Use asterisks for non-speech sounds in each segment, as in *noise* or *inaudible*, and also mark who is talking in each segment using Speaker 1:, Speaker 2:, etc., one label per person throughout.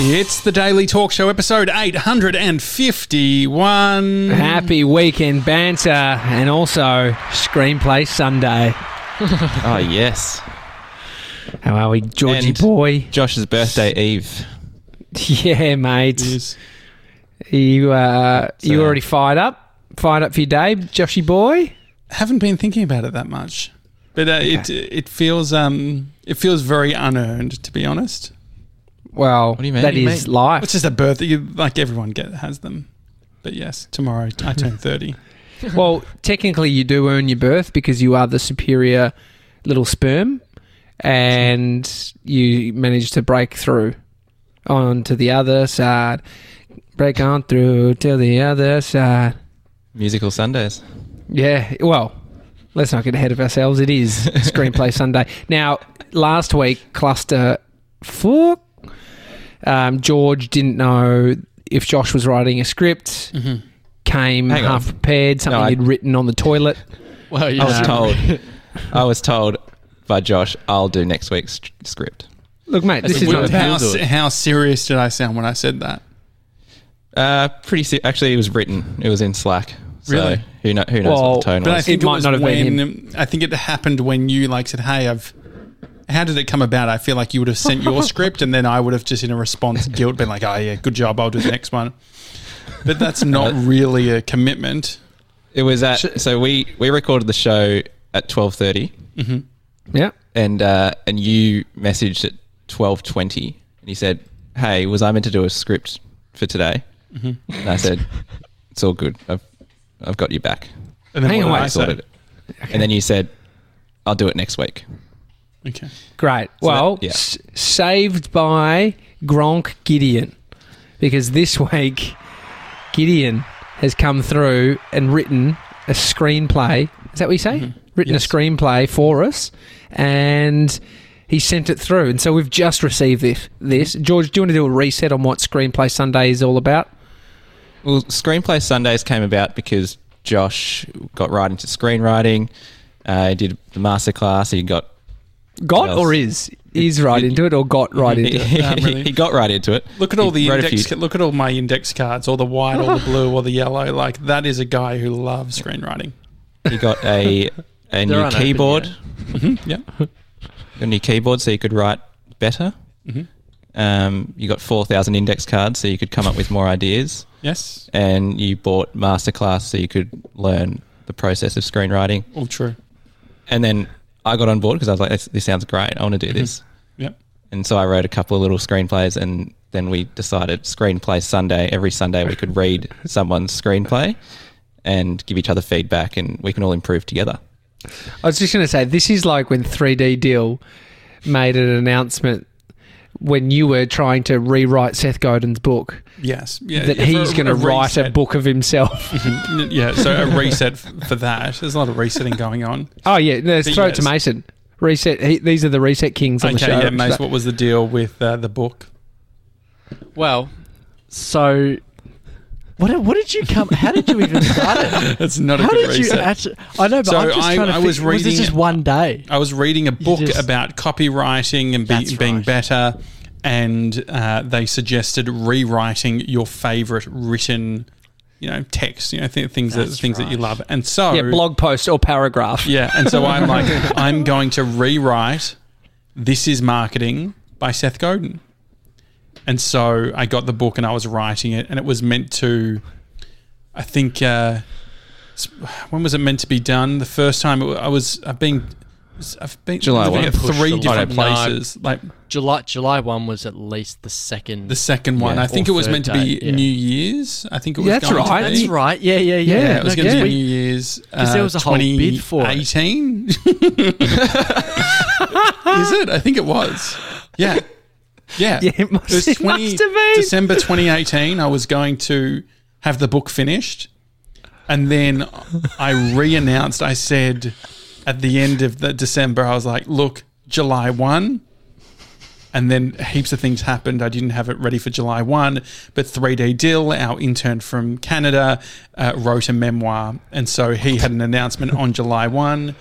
Speaker 1: It's the Daily Talk Show, episode 851.
Speaker 2: Happy weekend banter and also Screenplay Sunday.
Speaker 3: Oh yes,
Speaker 2: How are we, Georgie
Speaker 3: And- *laughs*
Speaker 2: boy?
Speaker 3: Josh's birthday eve.
Speaker 2: Yeah, mate.
Speaker 1: Yes.
Speaker 2: You uh, you
Speaker 3: So-
Speaker 2: already fired up? Fired up for your day, Joshy boy?
Speaker 1: Haven't been thinking about it that much, but uh, it it feels um it feels very unearned to be honest.
Speaker 2: Well,
Speaker 3: do you mean?
Speaker 2: that
Speaker 3: You
Speaker 2: is
Speaker 3: mean-
Speaker 2: life.
Speaker 1: It's just a birthday, you, like everyone get has them. But yes, tomorrow I turn thirty.
Speaker 2: well, technically, you do earn your birth because you are the superior little sperm, and you manage to break through onto the other side. Break on through to the other side.
Speaker 3: Musical Sundays.
Speaker 2: Yeah, well, let's not get ahead of ourselves. It is
Speaker 3: *laughs*
Speaker 2: Screenplay Sunday. Now, last week, Cluster Fook, um, George didn't know if Josh was writing a script, came
Speaker 3: Mm-hmm. Hang on.
Speaker 2: half prepared, something
Speaker 3: No, I-
Speaker 2: he'd written on the toilet.
Speaker 1: Oh,
Speaker 4: Well, you
Speaker 3: I was
Speaker 4: know,
Speaker 1: *laughs*
Speaker 3: told. I was told by Josh, I'll do next week's st- script.
Speaker 2: Look, mate,
Speaker 4: That's
Speaker 2: this
Speaker 4: a
Speaker 2: is
Speaker 4: weird
Speaker 2: not.
Speaker 4: thing.
Speaker 1: how,
Speaker 4: We'll do it.
Speaker 1: how serious did I sound when I said that?
Speaker 3: Uh, pretty si- actually, it was written. It was in Slack. So
Speaker 1: Really?
Speaker 3: Who, know, who knows
Speaker 2: Well,
Speaker 3: what the tone
Speaker 1: But I
Speaker 3: was?
Speaker 1: think it,
Speaker 2: It might
Speaker 1: was
Speaker 2: not have
Speaker 1: when
Speaker 2: been
Speaker 1: I think it happened when you like said, "Hey, I've." How did it come about? I feel like you would have sent *laughs* your script, and then I would have just, in a response, guilt, been like, "Oh yeah, good job. I'll do the next one." But *laughs* that's not really a commitment.
Speaker 3: it was at so we we recorded the show at twelve thirty,
Speaker 2: Yeah.
Speaker 3: and uh, and you messaged at twelve twenty, and you said, "Hey, was I meant to do a script for today?"
Speaker 1: Mm-hmm.
Speaker 3: And I said, "It's all good. I've I've got you back.
Speaker 1: And then
Speaker 2: Hang
Speaker 1: what
Speaker 2: on,
Speaker 1: did
Speaker 2: wait,
Speaker 1: I
Speaker 3: I
Speaker 1: say?
Speaker 3: sorted it." And then you said, "I'll do it next week."
Speaker 1: Okay.
Speaker 2: Great. well,
Speaker 3: that- yeah.
Speaker 2: s- saved by Gronk Gideon because this *laughs* week Gideon has come through and written a screenplay. Is that what you say? Written
Speaker 1: Yes.
Speaker 2: a screenplay for us, and he sent it through. And so we've just received this. This George, do you want to do a reset on what Screenplay Sunday is all about?
Speaker 3: Well, Screenplay Sundays came about because Josh got right into screenwriting. Uh, he did the masterclass. He got
Speaker 2: Got
Speaker 3: Yes.
Speaker 2: or is is right into it or got right into
Speaker 3: *laughs* he,
Speaker 2: it?
Speaker 3: he-
Speaker 1: Uh, really?
Speaker 3: he got right into it.
Speaker 1: Look at all
Speaker 3: He
Speaker 1: the
Speaker 3: wrote a
Speaker 1: index.
Speaker 3: few-
Speaker 1: Look at all my index cards, all the white, all the blue, all the yellow. Like that is a guy who loves screenwriting.
Speaker 3: he got
Speaker 1: *laughs*
Speaker 3: a a
Speaker 4: they're
Speaker 3: new
Speaker 4: unopened
Speaker 3: keyboard,
Speaker 4: yet.
Speaker 1: Yeah. *laughs*
Speaker 3: a new keyboard, so you could write better.
Speaker 1: Mm-hmm.
Speaker 3: Um, you got four thousand index cards, so you could come up with more ideas.
Speaker 1: Yes.
Speaker 3: And you bought masterclass, so you could learn the process of screenwriting.
Speaker 1: All true.
Speaker 3: And then I got on board because I was like, this, "This sounds great. I want to do this."
Speaker 1: Yep.
Speaker 3: And so I wrote a couple of little screenplays, and then we decided screenplay Sunday. Every Sunday, we could read someone's screenplay and give each other feedback, and we can all improve together.
Speaker 2: I was just going to say, this is like when 3D Deal made an announcement when you were trying to rewrite Seth Godin's book
Speaker 1: Yes. Yeah.
Speaker 2: that
Speaker 1: yeah, for
Speaker 2: he's
Speaker 1: a- Mm-hmm.
Speaker 2: going to
Speaker 1: a
Speaker 2: write a
Speaker 1: reset.
Speaker 2: book
Speaker 1: *laughs*
Speaker 2: of himself.
Speaker 1: N- yeah, so a reset f- for that. There's a lot of resetting going *laughs* on.
Speaker 2: *laughs* oh, yeah. No,
Speaker 1: But
Speaker 2: throw it to
Speaker 1: yes.
Speaker 2: Mason. Reset. He, these are the reset kings on the
Speaker 1: Okay,
Speaker 2: show.
Speaker 1: yeah, Mace, what was the deal with uh, the book?
Speaker 4: well, so what? What did you
Speaker 2: *laughs*
Speaker 4: come? How did you even start it?
Speaker 1: That's not a
Speaker 4: How
Speaker 1: good
Speaker 4: did you?
Speaker 1: reset.
Speaker 4: Actually, *laughs* I know, but
Speaker 1: So
Speaker 4: I'm just
Speaker 1: I-
Speaker 4: trying to.
Speaker 1: I was
Speaker 4: figure- Was
Speaker 1: reading-
Speaker 4: this just one day?
Speaker 1: I was reading a book
Speaker 4: just-
Speaker 1: about copywriting and be,
Speaker 4: That's
Speaker 1: being
Speaker 4: right.
Speaker 1: better, and uh, they suggested rewriting your favorite written, you know, text, you know, th- things that
Speaker 4: That's
Speaker 1: things that you
Speaker 4: right.
Speaker 1: love. And so,
Speaker 2: Yeah, blog post or paragraph.
Speaker 1: *laughs* Yeah, and so I'm like, I'm going to rewrite "This Is Marketing" by Seth Godin, and so I got the book and I was writing it, and it was meant to, I think, uh, s- when was it meant to be done? The first time it, wa- I was, I've been, I've been
Speaker 3: July
Speaker 1: living
Speaker 3: one.
Speaker 1: at three
Speaker 4: Pushed a lot.
Speaker 1: different
Speaker 4: No.
Speaker 1: places, like
Speaker 4: July July one was at least the second.
Speaker 1: the second one.
Speaker 3: Yeah.
Speaker 1: I think it
Speaker 4: Or
Speaker 1: was
Speaker 4: third
Speaker 1: meant to be
Speaker 4: date, yeah.
Speaker 1: New Year's. I think it was.
Speaker 2: Yeah, that's
Speaker 1: going
Speaker 2: right.
Speaker 1: To be.
Speaker 4: That's right. Yeah, yeah, yeah.
Speaker 2: Yeah,
Speaker 1: Yeah, it was
Speaker 4: No,
Speaker 1: going to be
Speaker 4: we-
Speaker 1: New Year's.
Speaker 4: 'cause there was a whole bid for it.
Speaker 1: 18? Is it? I think it was. Yeah. Yeah.
Speaker 2: Yeah, it must- it must have been.
Speaker 1: December 2018, I was going to have the book finished. And then I re announced, I said at the end of the December, I was like, look, July 1. And then heaps of things happened. I didn't have it ready for July 1, but 3D Dill, our intern from Canada, uh, wrote a memoir. And so he had an announcement on July 1,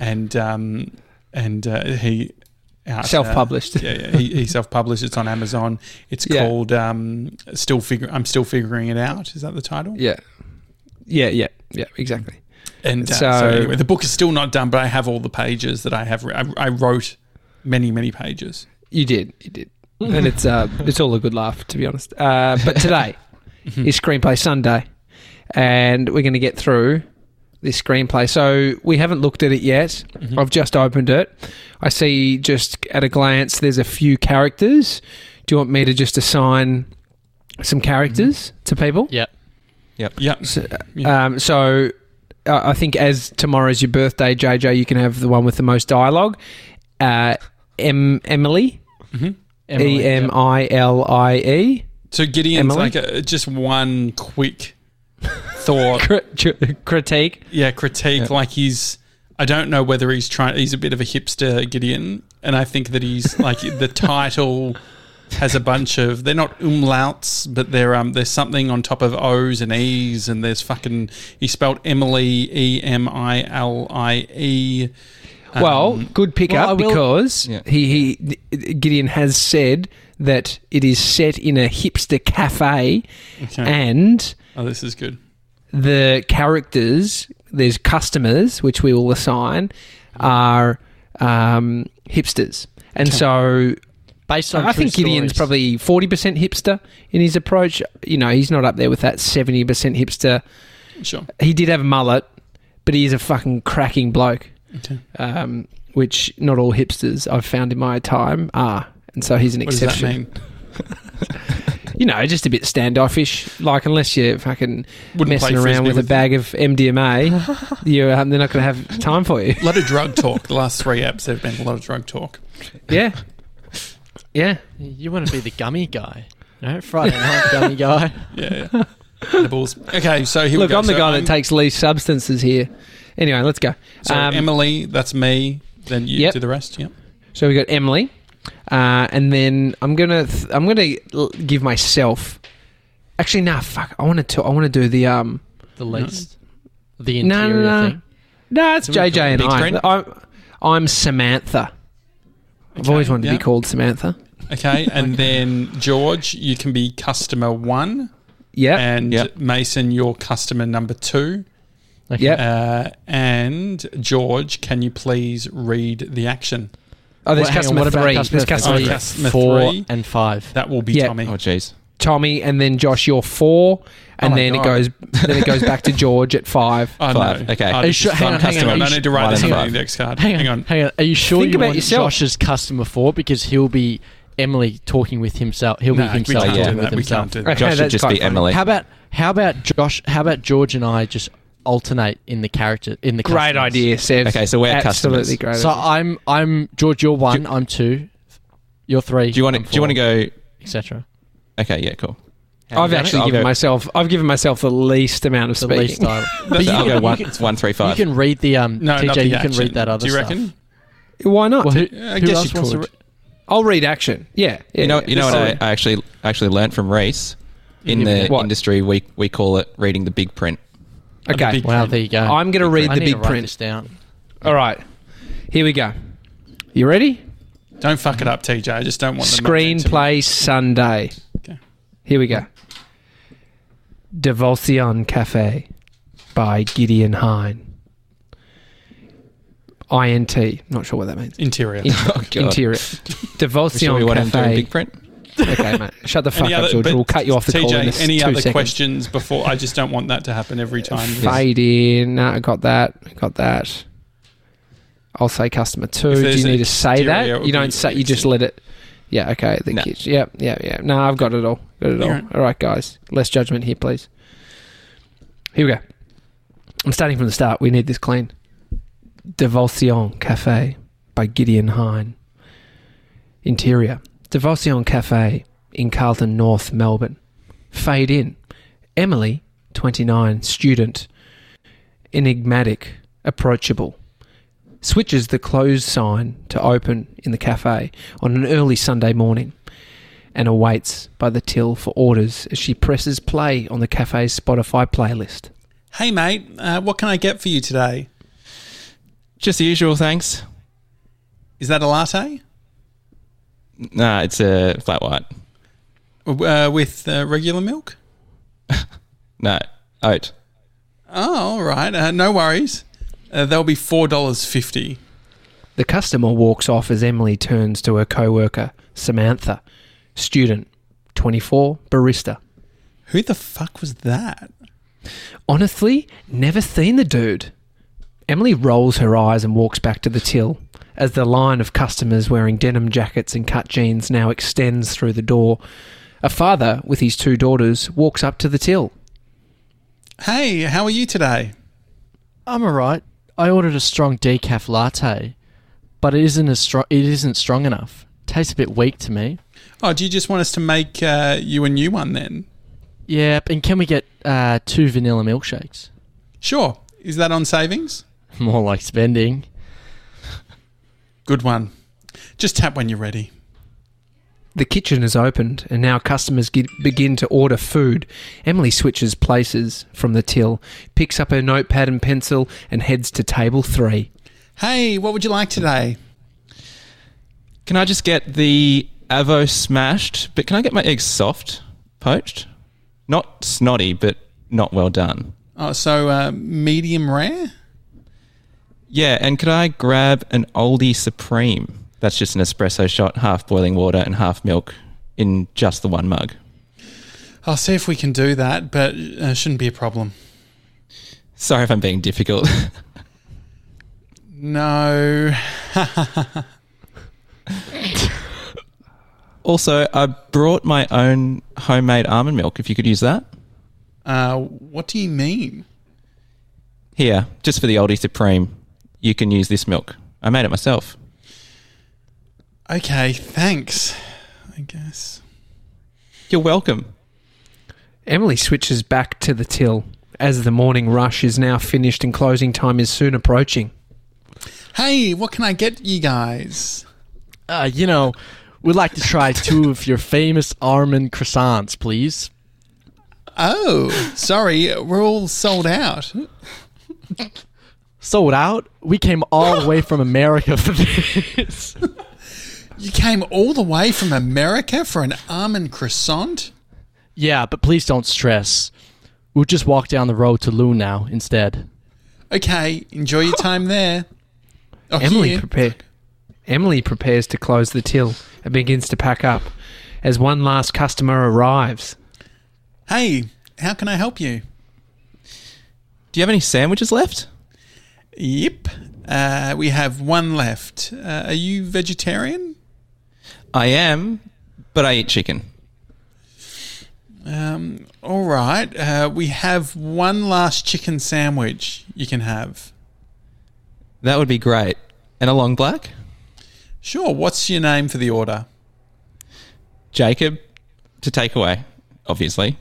Speaker 1: and um, and uh, he out. uh,
Speaker 2: Self-published.
Speaker 1: yeah, yeah. He, he self-published. It's on Amazon. It's
Speaker 2: Yeah.
Speaker 1: called um, "Still Figure." I'm still figuring it out. Is that the title?
Speaker 2: Yeah. Yeah, yeah, yeah, exactly.
Speaker 1: And uh, so,
Speaker 2: So-
Speaker 1: anyway, the book is still not done, but I have all the pages that I have. Re- I, I wrote many, many pages.
Speaker 2: You did, you did. and it's uh it's all a good laugh, to be honest. Uh but today is screenplay Sunday. And we're gonna get through this screenplay. So we haven't looked at it yet. I've just opened it. I see just at a glance there's a few characters. Do you want me to just assign some characters to people?
Speaker 4: Yeah.
Speaker 1: Yeah,
Speaker 2: So,
Speaker 1: Yeah.
Speaker 2: um, so uh, I think as tomorrow's your birthday, JJ, you can have the one with the most dialogue. Uh, M Emily, E M I L I E.
Speaker 1: So Gideon's
Speaker 2: Emily?
Speaker 1: like a, just one quick
Speaker 2: *laughs*
Speaker 1: thought.
Speaker 2: Crit- tr- Critique.
Speaker 1: yeah, critique.
Speaker 3: Yeah.
Speaker 1: Like he's, I don't know whether he's trying. He's a bit of a hipster Gideon, and I think that he's like the title has a bunch of they're not umlauts, but they're um there's something on top of O's and E's, and there's fucking he spelled Emily E M I L I E. Um,
Speaker 2: Well, good
Speaker 4: well, I
Speaker 2: pickup
Speaker 4: will-
Speaker 2: because
Speaker 3: Yeah.
Speaker 2: he, he Gideon has said that it is set in a hipster cafe,
Speaker 1: Okay.
Speaker 2: and
Speaker 1: oh, this is good.
Speaker 2: the characters, there's customers, which we will assign, are um, hipsters. And so
Speaker 4: Based on
Speaker 2: I think Gideon's probably 40% hipster in his approach. You know, he's not up there with that 70% hipster.
Speaker 1: Sure.
Speaker 2: He did have a mullet, but he is a fucking cracking bloke,
Speaker 1: Okay.
Speaker 2: um, which not all hipsters I've found in my time are. And so he's an
Speaker 1: What does that
Speaker 2: exception.
Speaker 1: mean?
Speaker 2: You know, just a bit standoffish. Like, unless you're fucking
Speaker 1: Wouldn't play
Speaker 2: messing around
Speaker 1: frisbee
Speaker 2: with, a
Speaker 1: with
Speaker 2: bag of
Speaker 1: *laughs*
Speaker 2: MDMA, you, um, they're not going to have time for you.
Speaker 1: A lot of drug talk. The last three apps have been a lot of drug talk.
Speaker 2: Yeah. Yeah.
Speaker 4: You want to be the gummy guy. *laughs* No, Friday *laughs* night gummy guy.
Speaker 1: Yeah. yeah. *laughs* Edibles. Okay, so here
Speaker 2: Look,
Speaker 1: we go.
Speaker 2: I'm the
Speaker 1: So um,
Speaker 2: guy
Speaker 1: I'm-
Speaker 2: that takes least substances here. Anyway, let's go.
Speaker 1: So
Speaker 2: Um,
Speaker 1: Emily, that's me. Then you
Speaker 2: Yep.
Speaker 1: do the rest. Yep.
Speaker 2: So we got Emily, uh, and then I'm gonna th- I'm gonna l- give myself. Actually, nah, fuck. I want to I want to do the um.
Speaker 4: The least. The
Speaker 2: No,
Speaker 4: interior
Speaker 2: no, no.
Speaker 4: thing.
Speaker 2: No, it's JJ and
Speaker 1: Big
Speaker 2: I.
Speaker 1: friend?
Speaker 2: I'm, I'm Samantha. I've always wanted to
Speaker 1: yeah.
Speaker 2: be called Samantha.
Speaker 1: Okay, and then George, you can be customer one,
Speaker 2: Yeah,
Speaker 1: and
Speaker 3: Yep.
Speaker 1: Mason, you're customer number two.
Speaker 4: Okay.
Speaker 2: yeah.
Speaker 1: Uh, and George, can you please read the action?
Speaker 2: oh, there's
Speaker 4: Well, hang on,
Speaker 2: customer
Speaker 4: what about
Speaker 2: three.
Speaker 4: customer
Speaker 2: there's customer
Speaker 1: three?
Speaker 2: three.
Speaker 1: Okay. Customer
Speaker 4: Four
Speaker 1: three.
Speaker 4: and five.
Speaker 1: That will be
Speaker 2: Yeah.
Speaker 1: Tommy.
Speaker 3: Oh, jeez.
Speaker 2: Tommy, and then Josh, you're four, and
Speaker 1: my
Speaker 2: then
Speaker 1: God.
Speaker 2: it goes then it goes back to George at five.
Speaker 1: Oh,
Speaker 3: Five. Okay.
Speaker 1: Oh,
Speaker 3: Are
Speaker 4: you
Speaker 1: this
Speaker 4: sure-
Speaker 1: is
Speaker 4: hang
Speaker 1: fun.
Speaker 4: on, hang on,
Speaker 1: customer.
Speaker 4: are you
Speaker 1: I need to write
Speaker 3: sure-
Speaker 1: this
Speaker 3: Hang
Speaker 1: on
Speaker 3: on.
Speaker 1: the next card.
Speaker 4: Hang on, hang on. Are you sure
Speaker 2: Think
Speaker 4: you
Speaker 2: about
Speaker 4: want
Speaker 2: yourself.
Speaker 4: Josh's customer four because he'll be Emily talking with himself. He'll
Speaker 1: No,
Speaker 4: be
Speaker 1: we
Speaker 4: himself
Speaker 1: can't
Speaker 3: yeah,
Speaker 4: talking
Speaker 1: do
Speaker 4: with
Speaker 1: that. We
Speaker 4: himself.
Speaker 1: can't do
Speaker 2: Okay,
Speaker 1: that.
Speaker 3: Josh should
Speaker 2: that's
Speaker 3: just
Speaker 2: quite
Speaker 3: be
Speaker 2: funny.
Speaker 3: Emily.
Speaker 4: How about how about Josh? How about George and I just alternate in the character in the
Speaker 2: Great
Speaker 4: customers?
Speaker 2: idea, Sev.
Speaker 3: Okay, so we're
Speaker 2: absolutely
Speaker 3: customers.
Speaker 2: great.
Speaker 4: So
Speaker 2: idea.
Speaker 4: I'm I'm George. You're one. I'm two. You're three.
Speaker 3: Do you want to? Do you want to go?
Speaker 4: etc.
Speaker 3: Okay. Yeah. Cool.
Speaker 2: I've actually
Speaker 3: I'll
Speaker 2: given
Speaker 3: go-
Speaker 2: myf- I've given myself the least amount of
Speaker 4: The
Speaker 2: speaking.
Speaker 3: *laughs*
Speaker 4: least I. But
Speaker 3: So I'll
Speaker 4: you,
Speaker 3: go
Speaker 4: can,
Speaker 3: one,
Speaker 4: you, can,
Speaker 3: one, three,
Speaker 4: you
Speaker 3: five.
Speaker 4: can read the um
Speaker 1: No, not the
Speaker 4: TJ. You can
Speaker 1: action.
Speaker 4: read that other
Speaker 1: Do you
Speaker 4: stuff.
Speaker 1: reckon?
Speaker 2: *laughs* Why not?
Speaker 4: Well, who,
Speaker 1: Yeah, I
Speaker 4: who
Speaker 1: guess
Speaker 4: else
Speaker 1: you
Speaker 4: wants
Speaker 1: could.
Speaker 4: to? Re-
Speaker 2: I'll read action. Yeah, yeah
Speaker 3: You know, you know what I,
Speaker 1: Sorry.
Speaker 3: I actually actually learned from Reese in the
Speaker 2: What?
Speaker 3: industry. We we call it reading the big print.
Speaker 2: okay.
Speaker 1: big-
Speaker 4: wow, there you go.
Speaker 2: I'm going to read
Speaker 4: uh, I
Speaker 2: the
Speaker 4: need to
Speaker 2: big
Speaker 4: write
Speaker 2: print.
Speaker 4: this down.
Speaker 2: All right, here we go. You ready?
Speaker 1: Don't fuck it up, TJ. I just don't want the momentum.
Speaker 2: Screenplay Sunday.
Speaker 1: Okay.
Speaker 2: Here we go. Devotion Cafe by Gideon Hine. INT. Not sure what that
Speaker 1: *laughs*
Speaker 2: means.
Speaker 1: Interior.
Speaker 2: In-
Speaker 3: God.
Speaker 2: Interior. Devotion
Speaker 3: Show me what I'm doing
Speaker 2: Cafe.
Speaker 3: big print.
Speaker 2: okay, mate. Shut the fuck
Speaker 1: Any
Speaker 2: up,
Speaker 1: other-
Speaker 2: George.
Speaker 1: but
Speaker 2: We'll cut you off the
Speaker 1: TJ,
Speaker 2: call in this
Speaker 1: any
Speaker 2: two
Speaker 1: other
Speaker 2: seconds.
Speaker 1: questions before? I just don't want that to happen every time.
Speaker 2: Fade in. No, I got that. I got that. I'll say customer two.
Speaker 1: If
Speaker 2: Do
Speaker 1: there's
Speaker 2: you need
Speaker 1: an
Speaker 2: to say
Speaker 1: exterior, it
Speaker 2: that?
Speaker 1: would
Speaker 2: You
Speaker 1: be
Speaker 2: don't say. You just
Speaker 1: exterior.
Speaker 2: let it. Yeah. Okay. The
Speaker 3: No.
Speaker 2: kids. Yep. Yeah. Yeah. No, I've got it all. Got it all.
Speaker 1: You're right.
Speaker 2: All right, guys. Less judgment here, please. Here we go. I'm starting from the start. We need this clean. Devotion Cafe by Gideon Hine. Interior. Devotion Cafe in Carlton North, Melbourne. Fade in. Emily, 29, student. Enigmatic, approachable. Switches the close sign to open in the cafe on an early Sunday morning and awaits by the till for orders as she presses play on the cafe's Spotify playlist.
Speaker 1: Hey, mate, uh, what can I get for you today?
Speaker 3: Just the usual, thanks.
Speaker 1: Is that a latte?
Speaker 3: Nah, it's a flat white.
Speaker 1: Uh, with uh, regular milk?
Speaker 3: No, oat.
Speaker 1: Oh, all right. Uh, no worries. Uh, they'll be $4.50.
Speaker 2: The customer walks off as Emily turns to her coworker, Samantha, student, 24, barista.
Speaker 1: Who the fuck was that?
Speaker 2: Honestly, never seen the dude. Emily rolls her eyes and walks back to the till as the line of customers wearing denim jackets and cut jeans now extends through the door. A father with his two daughters walks up to the till.
Speaker 1: Hey, how are you today?
Speaker 4: I'm alright. I ordered a strong decaf latte, but it isn't as strong. It isn't strong enough. Tastes a bit weak to me.
Speaker 1: Oh, do you just want us to make uh, you a new one then?
Speaker 4: Yep. And can we get uh, two vanilla milkshakes? *laughs*
Speaker 1: Sure. Is that on savings?
Speaker 4: More like spending.
Speaker 1: Good one. Just tap when you're ready.
Speaker 2: The kitchen is opened, and now customers get, begin to order food. Emily switches places from the till, picks up her notepad and pencil, and heads to table three.
Speaker 1: Hey, what would you like today?
Speaker 3: Can I just get the avo smashed? But can I get my eggs soft, poached? Not snotty, but not well done.
Speaker 1: Oh, so uh, medium rare?
Speaker 3: Yeah, and could I grab an oldie supreme? That's just an espresso shot, half boiling water and half milk in just the one mug.
Speaker 1: I'll see if we can do that, but uh, shouldn't be a problem.
Speaker 3: Sorry if I'm being difficult. *laughs*
Speaker 1: No.
Speaker 3: also, I brought my own homemade almond milk, if you could use that.
Speaker 1: Uh, what do you mean?
Speaker 3: Here, just for the oldie supreme, you can use this milk. I made it myself.
Speaker 1: Okay, thanks. I guess.
Speaker 3: You're welcome.
Speaker 2: Emily switches back to the till as the morning rush is now finished and closing time is soon approaching.
Speaker 1: Hey, what can I get you guys?
Speaker 4: Uh, you know, we'd like to try two of your famous almond croissants, please.
Speaker 1: Oh, sorry, we're all sold out.
Speaker 4: Sold out. We came all the way from America for this. *laughs*
Speaker 1: You came all the way from America for an almond croissant?
Speaker 4: yeah, but please don't stress. We'll just walk down the road to Lou now instead.
Speaker 1: Okay, enjoy your time there. Oh,
Speaker 2: Emily
Speaker 1: here.
Speaker 2: prepare, Emily prepares to close the till and begins to pack up as one last customer arrives.
Speaker 1: Hey, how can I help you?
Speaker 3: Do you have any sandwiches left?
Speaker 1: Yep. Uh, we have one left. Uh, are you vegetarian?
Speaker 3: I am, but I eat chicken.
Speaker 1: Um, all right. Uh, we have one last chicken sandwich you can have.
Speaker 3: That would be great. And a long black?
Speaker 1: Sure. What's your name for the order?
Speaker 3: Jacob to take away, obviously.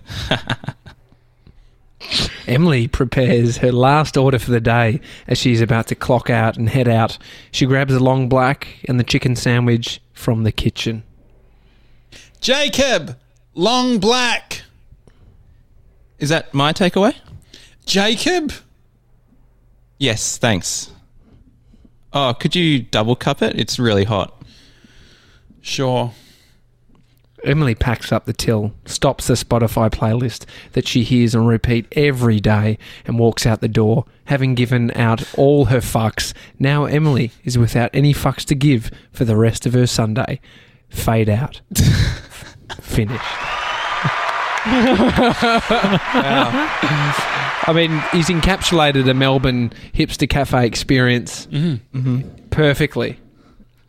Speaker 2: Emily prepares her last order for the day as she's about to clock out and head out. She grabs a long black and the chicken sandwich from the kitchen.
Speaker 1: Jacob, long black.
Speaker 3: Is that my takeaway?
Speaker 1: Jacob?
Speaker 3: Yes, thanks. Oh, could you double cup it? It's really hot.
Speaker 1: Sure.
Speaker 2: Emily packs up the till, stops the Spotify playlist that she hears on repeat every day, and walks out the door, having given out all her fucks. Now Emily is without any fucks to give for the rest of her Sunday. Fade *laughs* out. Finished. I mean, he's encapsulated a Melbourne hipster cafe experience perfectly. It's
Speaker 1: Mm-hmm.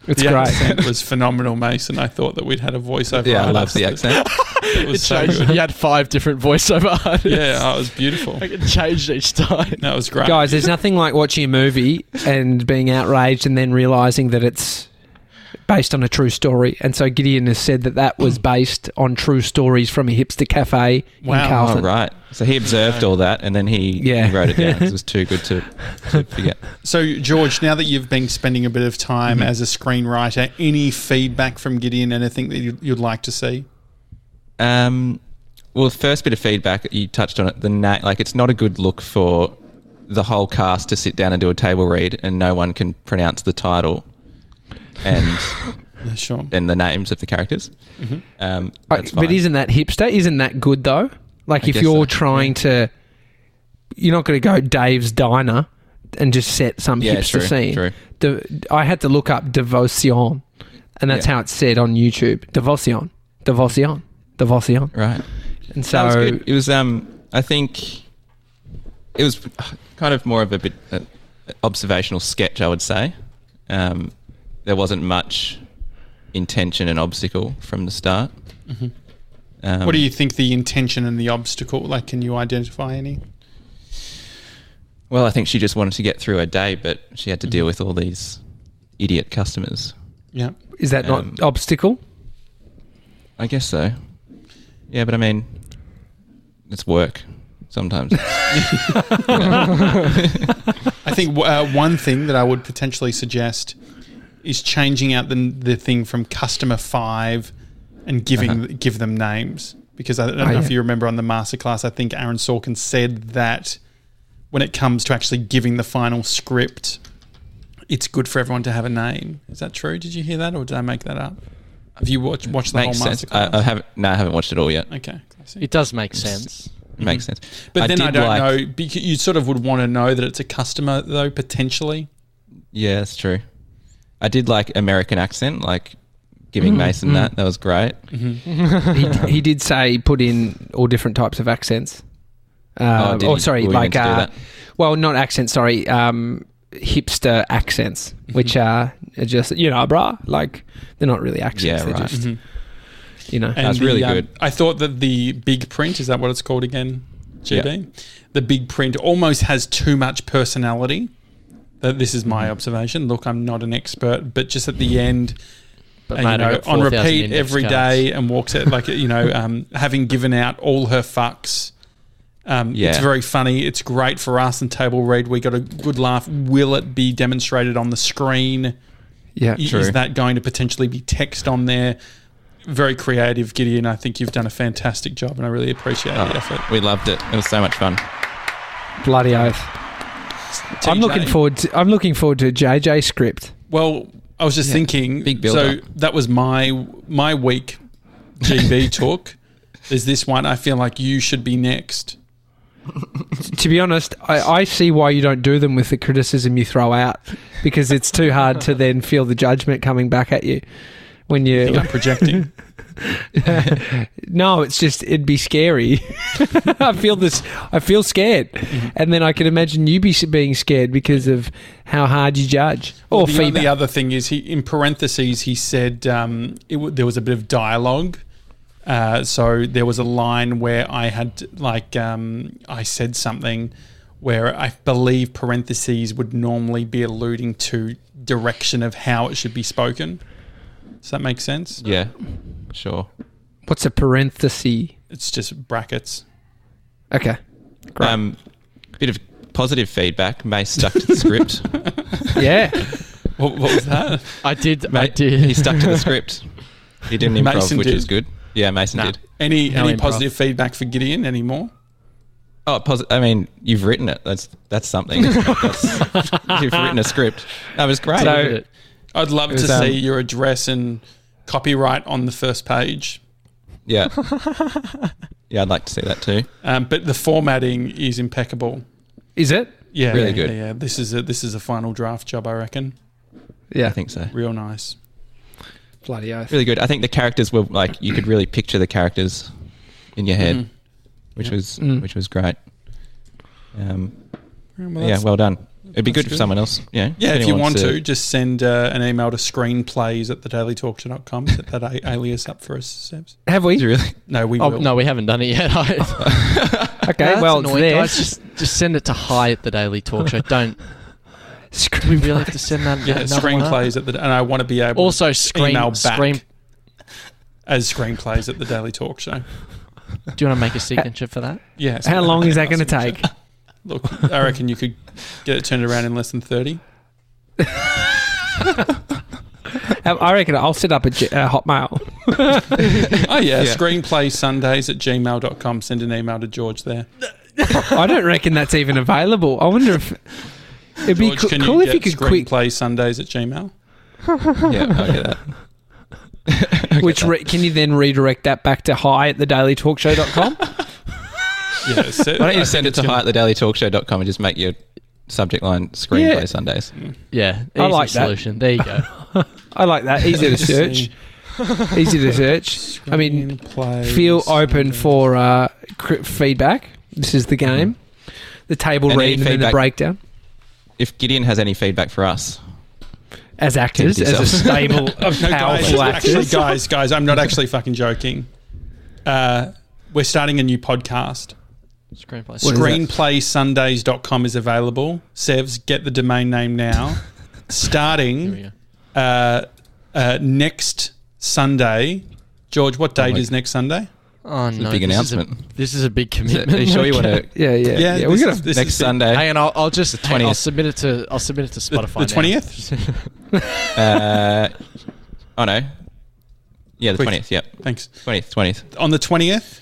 Speaker 1: The
Speaker 2: great.
Speaker 1: accent was phenomenal, Mason. I thought that we'd had a voiceover.
Speaker 3: Yeah, I love
Speaker 1: artist.
Speaker 3: the accent.
Speaker 1: It was so
Speaker 4: Changed-
Speaker 1: good.
Speaker 4: You had five different voiceover artists.
Speaker 1: Yeah,
Speaker 4: *laughs*
Speaker 1: oh, it was beautiful.
Speaker 4: Like it changed each time.
Speaker 1: That was great.
Speaker 2: Guys, there's nothing like watching a movie and being outraged and then realizing that it's based on a true story. And so Gideon has said that that was based on true stories from a hipster cafe
Speaker 1: Wow.
Speaker 2: in
Speaker 3: All Oh, right.
Speaker 2: Carlton.
Speaker 3: So he observed all that and then he, he
Speaker 2: Yeah.
Speaker 3: wrote it down 'cause it *laughs* was too good to, to forget.
Speaker 1: So, George, now that you've been spending a bit of time as a screenwriter, any feedback from Gideon? Anything that you'd, you'd like to see?
Speaker 3: Um, well, first bit of feedback you touched on it. The na- like, it's not a good look for the whole
Speaker 2: *laughs*
Speaker 3: cast to sit down and do a table read, and no one can pronounce the title, and
Speaker 1: Yeah, sure.
Speaker 3: and the names of the characters. Um,
Speaker 2: Uh,
Speaker 3: that's fine.
Speaker 2: But isn't that hipster? Isn't that good though? Like
Speaker 3: I
Speaker 2: if
Speaker 3: guess
Speaker 2: you're
Speaker 3: so,
Speaker 2: trying to, you're not going to go Dave's Diner and just set some
Speaker 3: Yeah,
Speaker 2: hipster
Speaker 3: true,
Speaker 2: scene.
Speaker 3: true.
Speaker 2: De- I had to look up devotion, and that's
Speaker 3: Yeah.
Speaker 2: how it's said on YouTube. Devotion, devotion, devotion.
Speaker 3: right?
Speaker 2: And so
Speaker 3: That was good. It was. Um, I think it was kind of more of a bit uh, observational sketch. I would say um, there wasn't much intention and obstacle from the start.
Speaker 2: Mm-hmm.
Speaker 3: Um,
Speaker 1: What do you think the intention and the obstacle? Like, can you identify any?
Speaker 3: Well, I think she just wanted to get through her day, but she had to
Speaker 1: Mm-hmm.
Speaker 3: deal with all these idiot customers.
Speaker 1: Yeah.
Speaker 2: is that
Speaker 3: um,
Speaker 2: not obstacle?
Speaker 3: I guess so. Yeah, but I mean, it's work
Speaker 1: *laughs*
Speaker 3: sometimes.
Speaker 1: I think uh, one thing that I would potentially suggest is changing out the the thing from customer five and giving
Speaker 3: Uh-huh.
Speaker 1: give them names because I don't know
Speaker 2: Oh,
Speaker 1: if
Speaker 2: yeah.
Speaker 1: you remember on the masterclass. I think Aaron Sorkin said that when it comes to actually giving the final script, it's good for everyone to have a name. Is that true? Did you hear that, or did I make that up? Have you watched watched the
Speaker 3: Makes
Speaker 1: whole
Speaker 3: sense.
Speaker 1: masterclass?
Speaker 3: I, I haven't. No, I haven't watched it all yet.
Speaker 1: okay, classy.
Speaker 4: It does make sense.
Speaker 3: It makes sense.
Speaker 1: but then I
Speaker 3: did
Speaker 1: don't
Speaker 3: like-
Speaker 1: know. Because you sort of would want to know that it's a customer though, potentially.
Speaker 3: Yeah, that's true. I did like American accent, like
Speaker 1: Mm-hmm.
Speaker 3: giving Mason that. That was great.
Speaker 2: *laughs* he, he did say put in all different types of accents.
Speaker 3: Oh,
Speaker 2: Uh,
Speaker 3: did
Speaker 2: oh,
Speaker 3: he?
Speaker 2: sorry,
Speaker 3: Were we meant
Speaker 2: like
Speaker 3: to do
Speaker 2: uh,
Speaker 3: that?
Speaker 2: well, not accents. Sorry, um, hipster accents,
Speaker 3: Mm-hmm.
Speaker 2: which are, are just you know, bruh, like they're not really accents.
Speaker 3: Yeah,
Speaker 2: they're
Speaker 3: right. Mm-hmm.
Speaker 2: just you know.
Speaker 1: And
Speaker 3: That's
Speaker 1: the,
Speaker 3: really
Speaker 1: um,
Speaker 3: good.
Speaker 1: I thought that the big print is that what it's called again, GB. The big print almost has too much personality. That this is my observation. Look, I'm not an expert, but just at the end,
Speaker 4: But
Speaker 1: and, you
Speaker 4: mate, I
Speaker 1: know,
Speaker 4: got
Speaker 1: on
Speaker 4: 4,000
Speaker 1: repeat
Speaker 4: index
Speaker 1: every day,
Speaker 4: cards.
Speaker 1: and walks it like you know, um, having given out all her fucks. Um, It's
Speaker 3: Yeah.
Speaker 1: very funny. It's great for us and table read. We got a good laugh. Will it be demonstrated on the screen?
Speaker 2: yeah,
Speaker 1: Y-
Speaker 3: True.
Speaker 1: Is that going to potentially be text on there? Very creative, Gideon. I think you've done a fantastic job, and I really appreciate
Speaker 3: Oh.
Speaker 1: the effort.
Speaker 3: We loved it. It was so much fun.
Speaker 2: bloody oath. I'm looking
Speaker 1: TJ.
Speaker 2: forward. To, I'm looking forward to a JJ script.
Speaker 1: Well, I was just thinking.
Speaker 3: Big
Speaker 1: so
Speaker 3: build-up.
Speaker 1: that was my my week.
Speaker 3: *laughs*
Speaker 1: GB talk. Is this one? I feel like you should be
Speaker 3: *laughs*
Speaker 1: next.
Speaker 2: To be honest, I, I see why you don't do them with the criticism you throw out because it's too hard to then feel the judgment coming back at you when
Speaker 1: I think
Speaker 2: you
Speaker 1: I'm projecting.
Speaker 2: No, it's just it'd be scary. *laughs* I feel this. I feel scared,
Speaker 4: Mm-hmm.
Speaker 2: and then I can imagine you be being scared because of how hard you judge or
Speaker 1: the, the
Speaker 2: feedback.
Speaker 1: other thing is, he in parentheses he said um, it w- there was a bit of dialogue. Uh, so there was a line where I had like um, I said something where I believe parentheses would normally be alluding to direction of how it should be spoken. Does that make sense?
Speaker 3: Yeah, sure.
Speaker 2: What's a parenthesis?
Speaker 1: It's just brackets.
Speaker 2: Okay, great.
Speaker 3: Um, bit of positive feedback. May stuck to
Speaker 1: *laughs*
Speaker 3: the script.
Speaker 4: *laughs*
Speaker 2: yeah,
Speaker 1: What, what was that?
Speaker 4: I did. I
Speaker 3: Mate,
Speaker 1: *laughs*
Speaker 4: did.
Speaker 3: He stuck to the script. He did an improv,
Speaker 1: Mason
Speaker 3: which
Speaker 1: did.
Speaker 3: was good. Yeah, Mason
Speaker 4: Nah.
Speaker 3: did.
Speaker 1: any
Speaker 4: No
Speaker 1: any
Speaker 4: improv.
Speaker 1: positive feedback for Gideon anymore?
Speaker 3: Oh, posi- I mean, you've written it. That's
Speaker 1: *laughs*
Speaker 3: that's something. That's- you've written a script. That was great.
Speaker 4: Delivered
Speaker 2: So-
Speaker 4: it.
Speaker 1: I'd love
Speaker 3: was,
Speaker 1: to
Speaker 3: um,
Speaker 1: see your address and copyright on the first page.
Speaker 3: yeah, yeah, I'd like to see that too.
Speaker 1: Um, but the formatting is impeccable.
Speaker 2: is it?
Speaker 1: Yeah,
Speaker 3: Really
Speaker 1: yeah,
Speaker 3: good.
Speaker 1: Yeah, yeah. this is a this is a final draft job, I reckon.
Speaker 2: Yeah,
Speaker 3: I think so.
Speaker 1: Real nice.
Speaker 2: bloody oath.
Speaker 3: Really good. I think the characters were like you could really picture the characters in your head,
Speaker 1: Mhm.
Speaker 3: which
Speaker 1: Yeah.
Speaker 3: was
Speaker 2: Mm.
Speaker 3: which was great. Um,
Speaker 1: Well,
Speaker 3: yeah,
Speaker 1: that's-
Speaker 3: well done. It'd be
Speaker 1: that's
Speaker 3: good, if
Speaker 1: good.
Speaker 3: someone else. Yeah,
Speaker 1: yeah. If you
Speaker 3: anyone
Speaker 1: want
Speaker 3: wants
Speaker 1: to, just send uh, an email to screenplays at thedailytalkshow.com. Set that a- *laughs* alias up for us, Sebs.
Speaker 2: Have we?
Speaker 3: Did you *laughs* really?
Speaker 1: No, we
Speaker 4: Oh,
Speaker 1: will.
Speaker 4: no, we haven't done it yet. okay,
Speaker 2: Okay, well, it's there.
Speaker 4: guys. Just, just send it to hi at the Daily Talk Show. *laughs* Don't. Do we really have to send that?
Speaker 1: Yeah,
Speaker 4: another one up?
Speaker 1: screenplays at the, and I want to be able
Speaker 4: Also, screen.
Speaker 1: email back
Speaker 4: Screen.
Speaker 1: as screenplays at the Daily Talk Show.
Speaker 4: Do you want to make a signature for that?
Speaker 1: Yes.
Speaker 2: How long is that going to take?
Speaker 1: Look, I reckon you could get it turned around in less than thirty.
Speaker 2: Um, I reckon I'll set up a j- uh, Hotmail.
Speaker 1: Oh yeah,
Speaker 3: *laughs* Yeah.
Speaker 1: screenplay Sundays at gmail.com. Send an email to George there.
Speaker 2: I don't reckon that's even available. I wonder if it'd be
Speaker 1: George,
Speaker 2: co-
Speaker 1: can
Speaker 2: cool
Speaker 1: you
Speaker 2: if you
Speaker 1: get
Speaker 2: could quick. *laughs*
Speaker 1: screenplay Sundays at Gmail.
Speaker 3: yeah, I'll get that.
Speaker 2: which re- can you then redirect that back to hi at thedailytalkshow.com?
Speaker 1: Yeah, so
Speaker 3: Why don't you send it to hi at thedailytalkshow.com and just make your subject line screenplay
Speaker 2: Yeah.
Speaker 3: Sundays?
Speaker 4: Yeah, easy
Speaker 2: I like that.
Speaker 4: solution. There you go.
Speaker 2: I like that. Easy
Speaker 1: *laughs*
Speaker 2: to
Speaker 1: Let's
Speaker 2: search. Easy to search. I mean,
Speaker 1: Screenplay
Speaker 2: feel open
Speaker 1: Sundays.
Speaker 2: for uh, cri- feedback. This is the game. The table
Speaker 3: And
Speaker 2: read
Speaker 3: any
Speaker 2: and then the
Speaker 3: feedback-
Speaker 2: breakdown.
Speaker 3: If Gideon has any feedback for us,
Speaker 2: As actors, as a
Speaker 3: yourself.
Speaker 2: stable of
Speaker 1: *laughs* No, guys,
Speaker 2: powerful
Speaker 1: actually,
Speaker 2: actors.
Speaker 1: guys, guys, I'm not actually fucking joking. Uh, we're starting a new podcast.
Speaker 4: *laughs* Screenplay.
Speaker 2: What is that?
Speaker 1: Screenplaysundays.com is available. Sevs, get the domain name now.
Speaker 4: Here we
Speaker 1: starting
Speaker 4: go.
Speaker 1: uh, uh, next Sunday. George, what date
Speaker 3: my-
Speaker 1: is next Sunday?
Speaker 4: Oh no!
Speaker 3: big
Speaker 4: this
Speaker 3: announcement.
Speaker 4: Is a, this is a
Speaker 3: *laughs*
Speaker 4: big
Speaker 3: Are
Speaker 4: commitment.
Speaker 3: you sure you want
Speaker 4: Okay.
Speaker 3: to?
Speaker 2: Yeah, yeah, yeah.
Speaker 1: this
Speaker 2: we're
Speaker 1: is-
Speaker 2: gonna
Speaker 1: this
Speaker 3: Next
Speaker 1: is the-
Speaker 3: Sunday.
Speaker 4: Hang on, I'll, I'll just
Speaker 3: The
Speaker 4: hang on, I'll
Speaker 3: 20th.
Speaker 4: submit it to I'll submit it to
Speaker 1: The-
Speaker 4: Spotify.
Speaker 1: The twentieth.
Speaker 3: Uh, oh no. Yeah, the
Speaker 1: Quick.
Speaker 3: twentieth. Yep,
Speaker 1: Thanks.
Speaker 3: twentieth, twentieth.
Speaker 1: On the twentieth,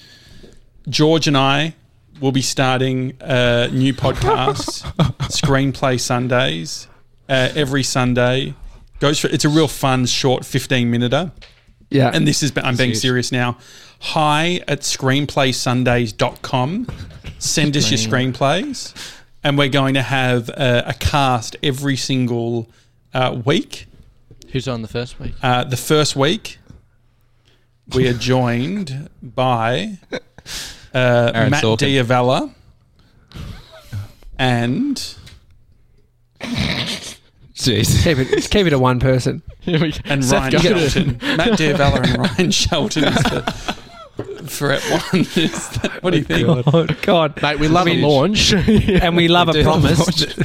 Speaker 1: George and I will be starting a new podcast, Screenplay Sundays, uh, every Sunday. Goes for, it's a real fun, short fifteen minute
Speaker 2: yeah.
Speaker 1: and this is I'm being
Speaker 3: huge.
Speaker 1: serious now. Hi at screenplaysundays.com. Send us your screenplays. And we're going to have a, a cast every single uh, week.
Speaker 4: twentieth. Who's on the first week?
Speaker 1: Uh, the first week, we are joined by uh,
Speaker 3: Aaron
Speaker 1: Matt
Speaker 3: Sorkin.
Speaker 1: Diavella and
Speaker 3: Jeez.
Speaker 2: keep it keep it to one person.
Speaker 4: Here we go.
Speaker 1: and Ryan
Speaker 4: Seth Godin.
Speaker 1: Shelton. Matt Diavella and Ryan Shelton is the threat one. Is that, what do you think?
Speaker 2: God, God.
Speaker 4: *laughs* Mate, we love
Speaker 2: I mean,
Speaker 4: a launch.
Speaker 2: and we love
Speaker 3: do
Speaker 2: a
Speaker 3: love a
Speaker 2: promise.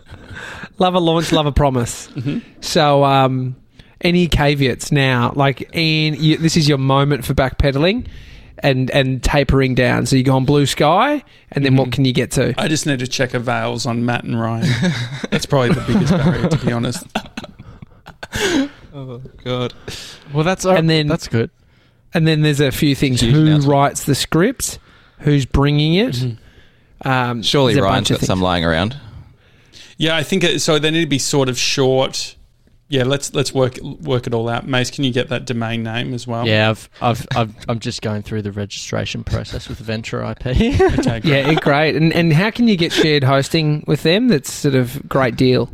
Speaker 4: *laughs*
Speaker 2: love a launch, love a promise.
Speaker 1: Mm-hmm.
Speaker 2: So, um, any caveats now? Like, Ian, you, this is your moment for backpedaling and and tapering down. So you go on blue sky, and then
Speaker 1: Mm-hmm.
Speaker 2: what can you get to?
Speaker 1: I just need to check avails on Matt and Ryan. That's probably the biggest barrier, to be honest.
Speaker 3: Oh God.
Speaker 4: well, that's
Speaker 2: And then-
Speaker 4: that's good.
Speaker 2: And then there's a few things:
Speaker 3: Huge
Speaker 2: who
Speaker 3: announcement.
Speaker 2: writes the script, who's bringing it. Um,
Speaker 3: Mm-hmm. Surely
Speaker 2: there's a
Speaker 3: Ryan's
Speaker 2: bunch of
Speaker 3: got some
Speaker 2: things.
Speaker 3: lying around.
Speaker 1: Yeah, I think it, so. They need to be sort of short. Yeah, let's let's work work it all out. Mace, can you get that domain name as well?
Speaker 4: Yeah, I've, I've I've I'm just going through the registration process with Venture IP. *laughs*
Speaker 1: Okay, great.
Speaker 2: Yeah, it- great. And and how can you get shared hosting with them? That's sort of great deal.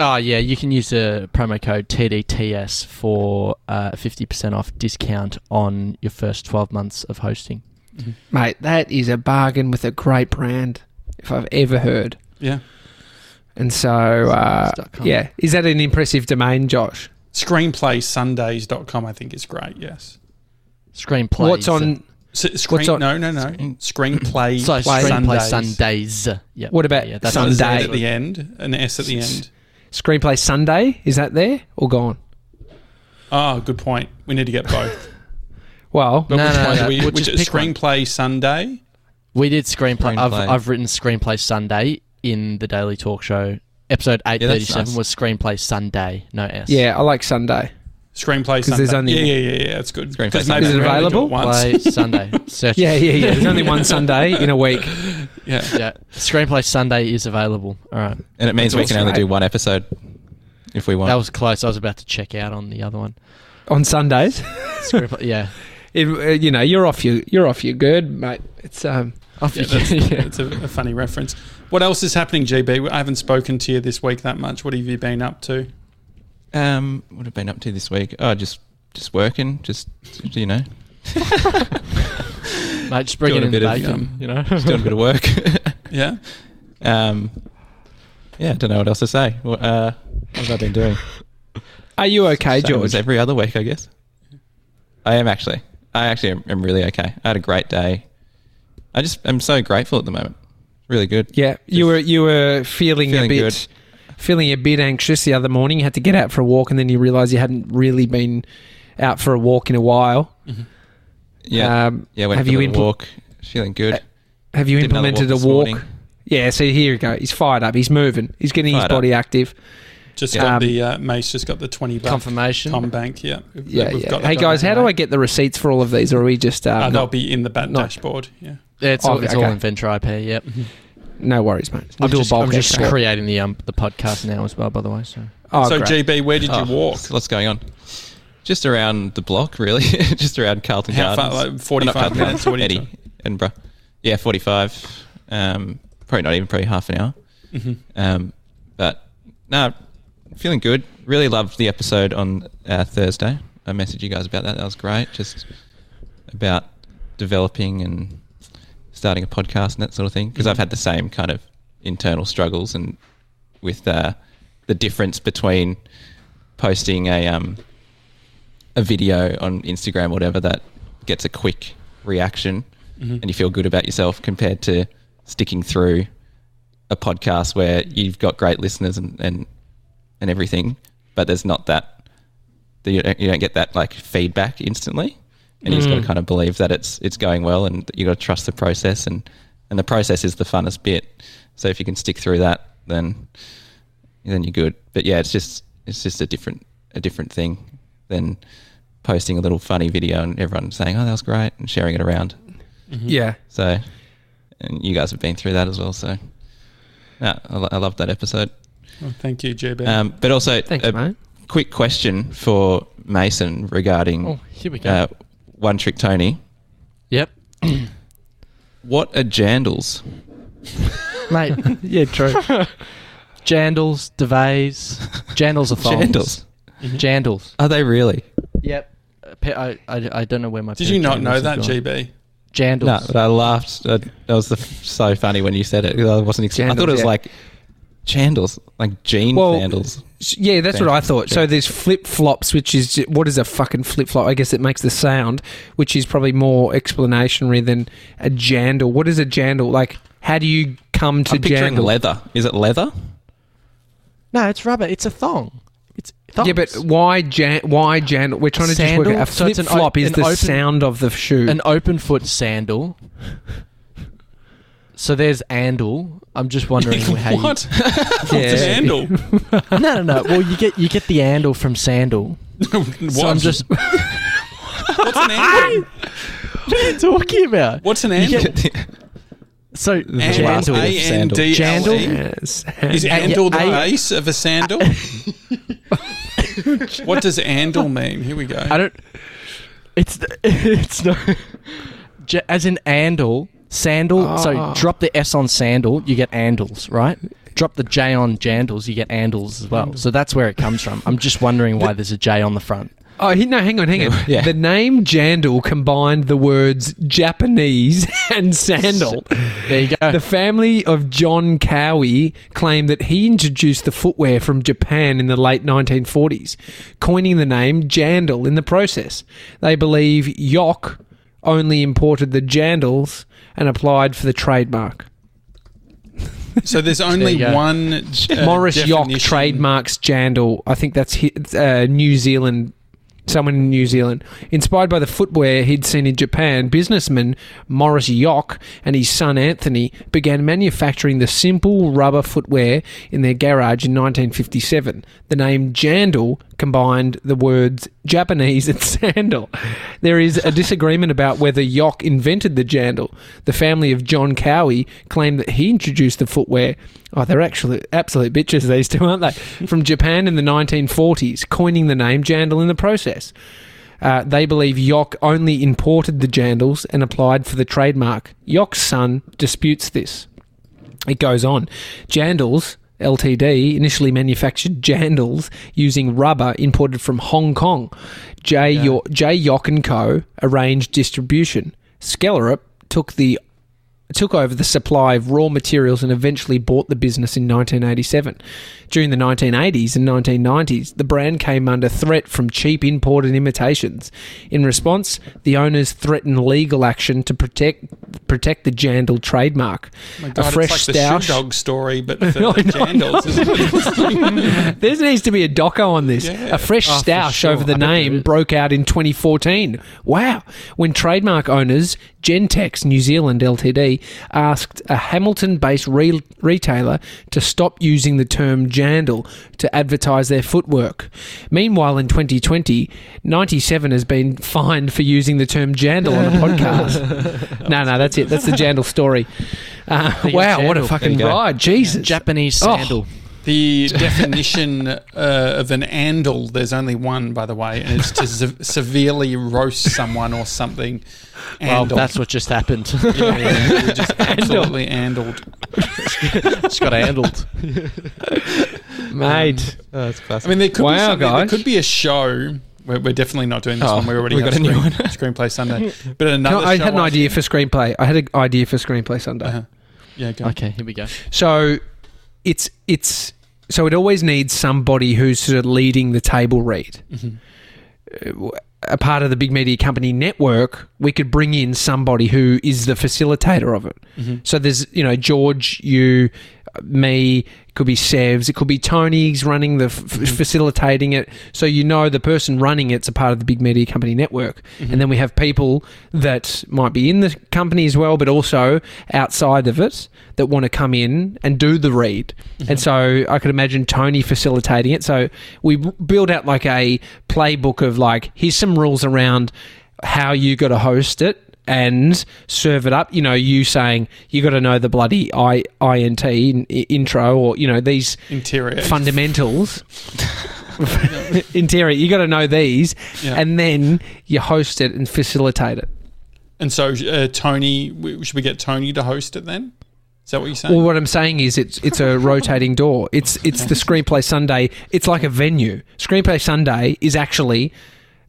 Speaker 4: Oh yeah, you can use the promo code TDTS for uh, fifty percent off discount on your first twelve months of hosting.
Speaker 2: Mate, that is a bargain with a great brand, if I've ever heard.
Speaker 1: yeah.
Speaker 2: And so, uh,
Speaker 4: Sundays.com.
Speaker 2: yeah, is that an impressive domain, Josh?
Speaker 1: Screenplaysundays.com, I think is great. Yes.
Speaker 4: Screenplay.
Speaker 2: What's on?
Speaker 1: So, screen,
Speaker 2: on-
Speaker 1: no, no, no. Screenplay
Speaker 4: So screenplay
Speaker 1: Sundays.
Speaker 4: Sundays. Yeah.
Speaker 2: What about
Speaker 4: yeah, that's
Speaker 1: There's an
Speaker 2: Sunday?
Speaker 1: S at the end, an S at the end.
Speaker 2: Screenplay Sunday is that there or gone?
Speaker 1: Oh, good point. We need to get both.
Speaker 2: Well,
Speaker 1: But
Speaker 4: No,
Speaker 1: which
Speaker 4: no,
Speaker 1: one
Speaker 4: no.
Speaker 1: do we?
Speaker 4: We'll
Speaker 1: which-
Speaker 4: just pick one.
Speaker 1: screenplay Sunday.
Speaker 4: We did screenplay. I've,
Speaker 3: Screenplay.
Speaker 4: I've written screenplay Sunday in the Daily Talk Show. Episode eight thirty seven
Speaker 3: nice.
Speaker 4: was screenplay Sunday. No S.
Speaker 2: yeah, I like Sunday.
Speaker 1: Screenplay
Speaker 2: 'Cause
Speaker 1: Sunday.
Speaker 2: there's only-
Speaker 1: yeah, yeah, yeah, yeah. That's good.
Speaker 3: Screenplay
Speaker 1: 'Cause
Speaker 3: Sunday.
Speaker 1: maybe
Speaker 2: Is it
Speaker 1: we only do
Speaker 2: available?
Speaker 1: once.
Speaker 4: Play Sunday. Search.
Speaker 2: *laughs* Yeah, yeah, yeah. There's only one Sunday in a week.
Speaker 1: *laughs* Yeah.
Speaker 4: Yeah. Screenplay Sunday is available. All right.
Speaker 3: And it means we
Speaker 2: That's
Speaker 3: can only
Speaker 2: right.
Speaker 3: do one episode if we want.
Speaker 4: That was close. I was about to check out on the other one.
Speaker 2: On Sundays,
Speaker 4: Screenplay. yeah.
Speaker 2: If, uh, you know, you're off your you're off your good, mate. It's
Speaker 3: *laughs*
Speaker 2: um, *laughs*
Speaker 4: Off
Speaker 1: Yeah,
Speaker 4: you
Speaker 1: that's,
Speaker 4: go. Yeah.
Speaker 1: that's a, a funny reference. What else is happening, GB? I haven't spoken to you this week that much. What have you been up to?
Speaker 3: um, what have I been up to this week? Oh, just just working. Just you know,
Speaker 4: Mate, just bringing
Speaker 3: Doing
Speaker 4: in
Speaker 3: a bit of,
Speaker 4: bacon,
Speaker 1: um,
Speaker 4: you
Speaker 3: *laughs*
Speaker 4: know.
Speaker 3: just doing a bit of work.
Speaker 1: Yeah,
Speaker 3: um, yeah, I don't know what else to say. What, uh, what have I been doing?
Speaker 2: are you okay,
Speaker 3: Same
Speaker 2: George?
Speaker 3: as every other week, I guess. I am actually. I actually am, am really okay. I had a great day. I just am so grateful at the moment. Really good.
Speaker 2: Yeah, you
Speaker 3: Just
Speaker 2: were you were feeling, a
Speaker 3: feeling
Speaker 2: bit
Speaker 3: good.
Speaker 2: feeling a bit anxious the other morning. You had to get out for a walk, and then you realised you hadn't really been out for a walk in a while.
Speaker 3: Yeah.
Speaker 2: Um,
Speaker 3: yeah. Went
Speaker 2: have
Speaker 3: for
Speaker 2: you
Speaker 3: a
Speaker 2: impl-
Speaker 3: little walk. Feeling good.
Speaker 2: Uh, Have you
Speaker 3: Did another
Speaker 2: implemented a
Speaker 3: walk this
Speaker 2: walk?
Speaker 3: morning.
Speaker 2: Yeah. So here you go. He's fired up. He's moving. He's getting his
Speaker 3: Fired
Speaker 2: body active.
Speaker 1: just
Speaker 2: Yeah.
Speaker 1: got
Speaker 2: Um,
Speaker 1: the uh, Mace. Just got the twenty bucks.
Speaker 4: Confirmation.
Speaker 1: Tom Bank. Yeah, We've-
Speaker 2: Yeah.
Speaker 1: we've
Speaker 2: yeah.
Speaker 1: got
Speaker 2: hey
Speaker 1: that.
Speaker 2: guys, how do
Speaker 4: mate.
Speaker 2: I get the receipts for all of these? Or are we just uh,
Speaker 1: Uh,
Speaker 2: not-
Speaker 1: they'll be in the bat
Speaker 2: no.
Speaker 1: dashboard. Yeah,
Speaker 4: Yeah, it's, all,
Speaker 2: Oh,
Speaker 4: it's
Speaker 2: okay.
Speaker 4: all in Venture IP. Yep.
Speaker 2: no worries, mate. We'll
Speaker 4: I'm
Speaker 2: do
Speaker 4: just,
Speaker 2: a bulk
Speaker 4: I'm just
Speaker 2: extract.
Speaker 4: creating the um the podcast now as well. By the way, so
Speaker 2: Oh,
Speaker 1: so
Speaker 2: great.
Speaker 1: GB, where did
Speaker 3: Oh,
Speaker 1: you walk?
Speaker 3: What's going on? Just around the block, really. *laughs* just around Carlton
Speaker 1: How far?
Speaker 3: Gardens.
Speaker 1: Like
Speaker 3: Well, not
Speaker 1: 45
Speaker 3: Carlton
Speaker 1: minutes? What
Speaker 3: Gardens,
Speaker 1: do you
Speaker 3: Eddie, Edinburgh. Yeah, 45. Um, probably not even, probably half an hour.
Speaker 1: Mm-hmm.
Speaker 3: Um, but no, feeling good. Really loved the episode on uh, Thursday. I messaged you guys about that. That was great. Just about developing and starting a podcast and that sort of thing.
Speaker 1: Mm-hmm.
Speaker 3: Because I've had the same kind of internal struggles and with uh, the difference between posting a um, a video on Instagram, or whatever that gets a quick reaction, and you feel good about yourself compared to sticking through a podcast where you've got great listeners and and, and everything, but there's not that that you don't, you don't get that like feedback instantly, and you've got to kind of believe that it's it's going well, and that you got to trust the process, and and the process is the funnest bit. So if you can stick through that, then then you're good. But yeah, it's just it's just a different a different thing than posting a little funny video and everyone saying, "Oh, that was great," and sharing it around.
Speaker 2: Yeah.
Speaker 3: So, and you guys have been through that as well. So, yeah, I, lo- I love that episode.
Speaker 1: Well, Oh, thank you, JB.
Speaker 3: Um, but also,
Speaker 2: Thanks,
Speaker 3: a
Speaker 2: mate.
Speaker 3: quick question for Mason regarding
Speaker 4: Oh, here we go.
Speaker 3: uh, One Trick Tony.
Speaker 4: yep.
Speaker 3: What are jandals?
Speaker 4: Mate, yeah, true. *laughs* Jandals, Devays,
Speaker 3: *laughs*
Speaker 4: Jandals are
Speaker 3: Jandals.
Speaker 4: thongs. Jandals.
Speaker 3: Are they really?
Speaker 4: Yep. Uh, pe- I, I, I don't know where my.
Speaker 1: Did
Speaker 4: pair
Speaker 1: you
Speaker 4: of
Speaker 1: not
Speaker 4: jandals
Speaker 1: know
Speaker 4: have
Speaker 1: that,
Speaker 4: gone.
Speaker 1: GB?
Speaker 4: Jandals.
Speaker 3: No, but I laughed. Uh, that was the, so funny when you said it. 'cause I wasn't. Ex- I
Speaker 2: Jandals,
Speaker 3: thought it was
Speaker 2: yeah.
Speaker 3: like jandals, like jean
Speaker 2: Well,
Speaker 3: sandals.
Speaker 2: S- Yeah, that's what I thought. So
Speaker 3: Yeah.
Speaker 2: there's flip flops, which is ju- what is a fucking flip flop? I guess it makes the sound, which is probably more explanationary than a jandal. What is a jandal? Like, how do you come to
Speaker 3: I'm picturing
Speaker 2: jandal?
Speaker 3: leather. Is it leather?
Speaker 4: No, it's rubber. It's a thong. It's thongs.
Speaker 2: Yeah, but why jan- why jandal? We're trying to just work
Speaker 4: Sandal?
Speaker 2: out. A
Speaker 4: So
Speaker 2: flip
Speaker 4: it's an o-
Speaker 2: flop is
Speaker 4: an
Speaker 2: the
Speaker 4: open-
Speaker 2: sound of the shoe.
Speaker 4: an open foot sandal. So there's andal. I'm just
Speaker 1: *laughs*
Speaker 4: wondering how you.
Speaker 1: what? It's a
Speaker 2: yeah.
Speaker 1: handle. *laughs*
Speaker 4: No, no, no. Well, you get you get the andal from sandal.
Speaker 1: what?
Speaker 4: So I'm just. what
Speaker 1: What's an handle?
Speaker 4: are you *laughs* talking about?
Speaker 1: What's an
Speaker 3: *laughs*
Speaker 1: handle?
Speaker 4: So
Speaker 1: Handle.
Speaker 3: Andal. Sandal.
Speaker 1: A N D L E.
Speaker 4: Jandal?
Speaker 2: Yes.
Speaker 1: Is
Speaker 4: Yeah,
Speaker 1: handle the
Speaker 4: I-
Speaker 1: base of a sandal? what does handle mean? Here we go.
Speaker 4: I don't. It's *laughs* it's no. J- As in andal, sandal.
Speaker 2: Ah.
Speaker 4: So drop the S on sandal, you get andals, right? Drop the J on jandals, you get andals as well. So that's where it comes from. I'm just wondering why there's a J on the front.
Speaker 2: Oh he, no! Hang on, hang on.
Speaker 3: Yeah.
Speaker 2: The name Jandal combined the words Japanese *laughs* and sandal.
Speaker 4: There you go.
Speaker 2: The family of John Cowie claimed that he introduced the footwear from Japan in the late 1940s, coining the name Jandal in the process. They believe Yok only imported the Jandals and applied for the trademark.
Speaker 1: So there's only
Speaker 4: you go.
Speaker 1: one uh,
Speaker 2: Morris Yok
Speaker 1: definition.
Speaker 2: trademarks Jandal. I think that's hi- uh, New Zealand. Someone in New Zealand. Inspired by the footwear he'd seen in Japan, businessman Morris Yok and his son Anthony began manufacturing the simple rubber footwear in their garage in 1957. The name Jandal combined the words Japanese and sandal. There is a disagreement about whether Yok invented the jandal. The family of John Cowie claimed that he introduced the footwear. Oh, they're actually absolute bitches, these two, aren't they? From Japan in the 1940s, coining the name jandal in the process. Uh, they believe Yok only imported the jandals and applied for the trademark. Yok's son disputes this. It goes on. Jandals Ltd initially manufactured jandals using rubber imported from Hong Kong. J Yo- J Yock and Co arranged distribution. Skellerup took the took over the supply of raw materials and eventually bought the business in 1987. During the 1980s and 1990s, the brand came under threat from cheap imported imitations. In response, the owners threatened legal action to protect protect the Jandal trademark.
Speaker 1: My God,
Speaker 2: a
Speaker 1: it's
Speaker 2: fresh
Speaker 1: like the
Speaker 2: stoush.
Speaker 1: shoe dog story, but for
Speaker 2: No,
Speaker 1: the
Speaker 2: I know, I know.
Speaker 1: jandals. isn't it?
Speaker 2: There needs to be a doco on this.
Speaker 1: Yeah.
Speaker 2: A fresh
Speaker 4: Oh, for
Speaker 2: stoush
Speaker 4: sure.
Speaker 2: over the
Speaker 4: I bet there
Speaker 2: name
Speaker 4: is.
Speaker 2: broke out in 2014. Wow. When trademark owners Gentex New Zealand Ltd asked a Hamilton based re- retailer to stop using the term jandal to advertise their footwork. Meanwhile, in 2020, 97 has been fined for using the term jandal on a
Speaker 4: *laughs*
Speaker 2: podcast. no, no, that's it. That's the jandal story. Uh,
Speaker 4: There you go,
Speaker 2: wow, what a
Speaker 4: jandal.
Speaker 2: fucking
Speaker 3: There you go.
Speaker 2: ride. Jesus.
Speaker 4: Japanese
Speaker 2: Oh.
Speaker 4: sandal.
Speaker 1: The definition *laughs* uh, of an andal, there's only one, by the way, and it's to se- *laughs* severely roast someone or something.
Speaker 4: Well,
Speaker 1: Andal.
Speaker 4: that's what just happened.
Speaker 1: Yeah, yeah, you were
Speaker 2: *laughs*
Speaker 1: just absolutely andled.
Speaker 4: just got handled.
Speaker 2: mate.
Speaker 3: Oh, that's classic.
Speaker 1: I mean, there could, be
Speaker 2: Wow,
Speaker 1: something-
Speaker 2: guys.
Speaker 1: there could be a show. We're, we're definitely not doing this
Speaker 3: Oh,
Speaker 1: one. We already
Speaker 3: we
Speaker 1: have
Speaker 3: got a new one.
Speaker 1: screen, *laughs* Screenplay
Speaker 2: *laughs*
Speaker 1: Sunday. But another
Speaker 2: No, I
Speaker 1: show
Speaker 2: had an
Speaker 1: I've
Speaker 2: idea
Speaker 1: seen-
Speaker 2: for screenplay. I had an idea for screenplay Sunday.
Speaker 1: Uh-huh. Yeah, go.
Speaker 4: okay, here we go.
Speaker 2: So it's it's so it always needs somebody who's sort of leading the table read. Uh,
Speaker 1: Mhm.
Speaker 2: A part of the big media company network, we could bring in somebody who is the facilitator of it.
Speaker 1: Mhm.
Speaker 2: So there's you know George, you, me. It could be Sevs. It could be Tony's running the f- f- facilitating it. So you know the person running it's a part of the big media company network. And then we have people that might be in the company as well, but also outside of it that want to come in and do the read.
Speaker 1: Mm-hmm.
Speaker 2: And so I could imagine Tony facilitating it. So we b- build out like a playbook of like here's some rules around how you got to host it and serve it up. You know, you saying you got to know the bloody I, INT in, i- intro or, you know, these
Speaker 1: Interior. *laughs*
Speaker 2: fundamentals. *laughs* Interior, you got to know these.
Speaker 1: Yeah.
Speaker 2: And then you host it and facilitate it.
Speaker 1: And so, uh, Tony, we, should we get Tony to host it then? Is that what you're saying?
Speaker 2: Well, what I'm saying is, it's it's a rotating door. It's it's the screenplay Sunday. It's like a venue. Screenplay Sunday is actually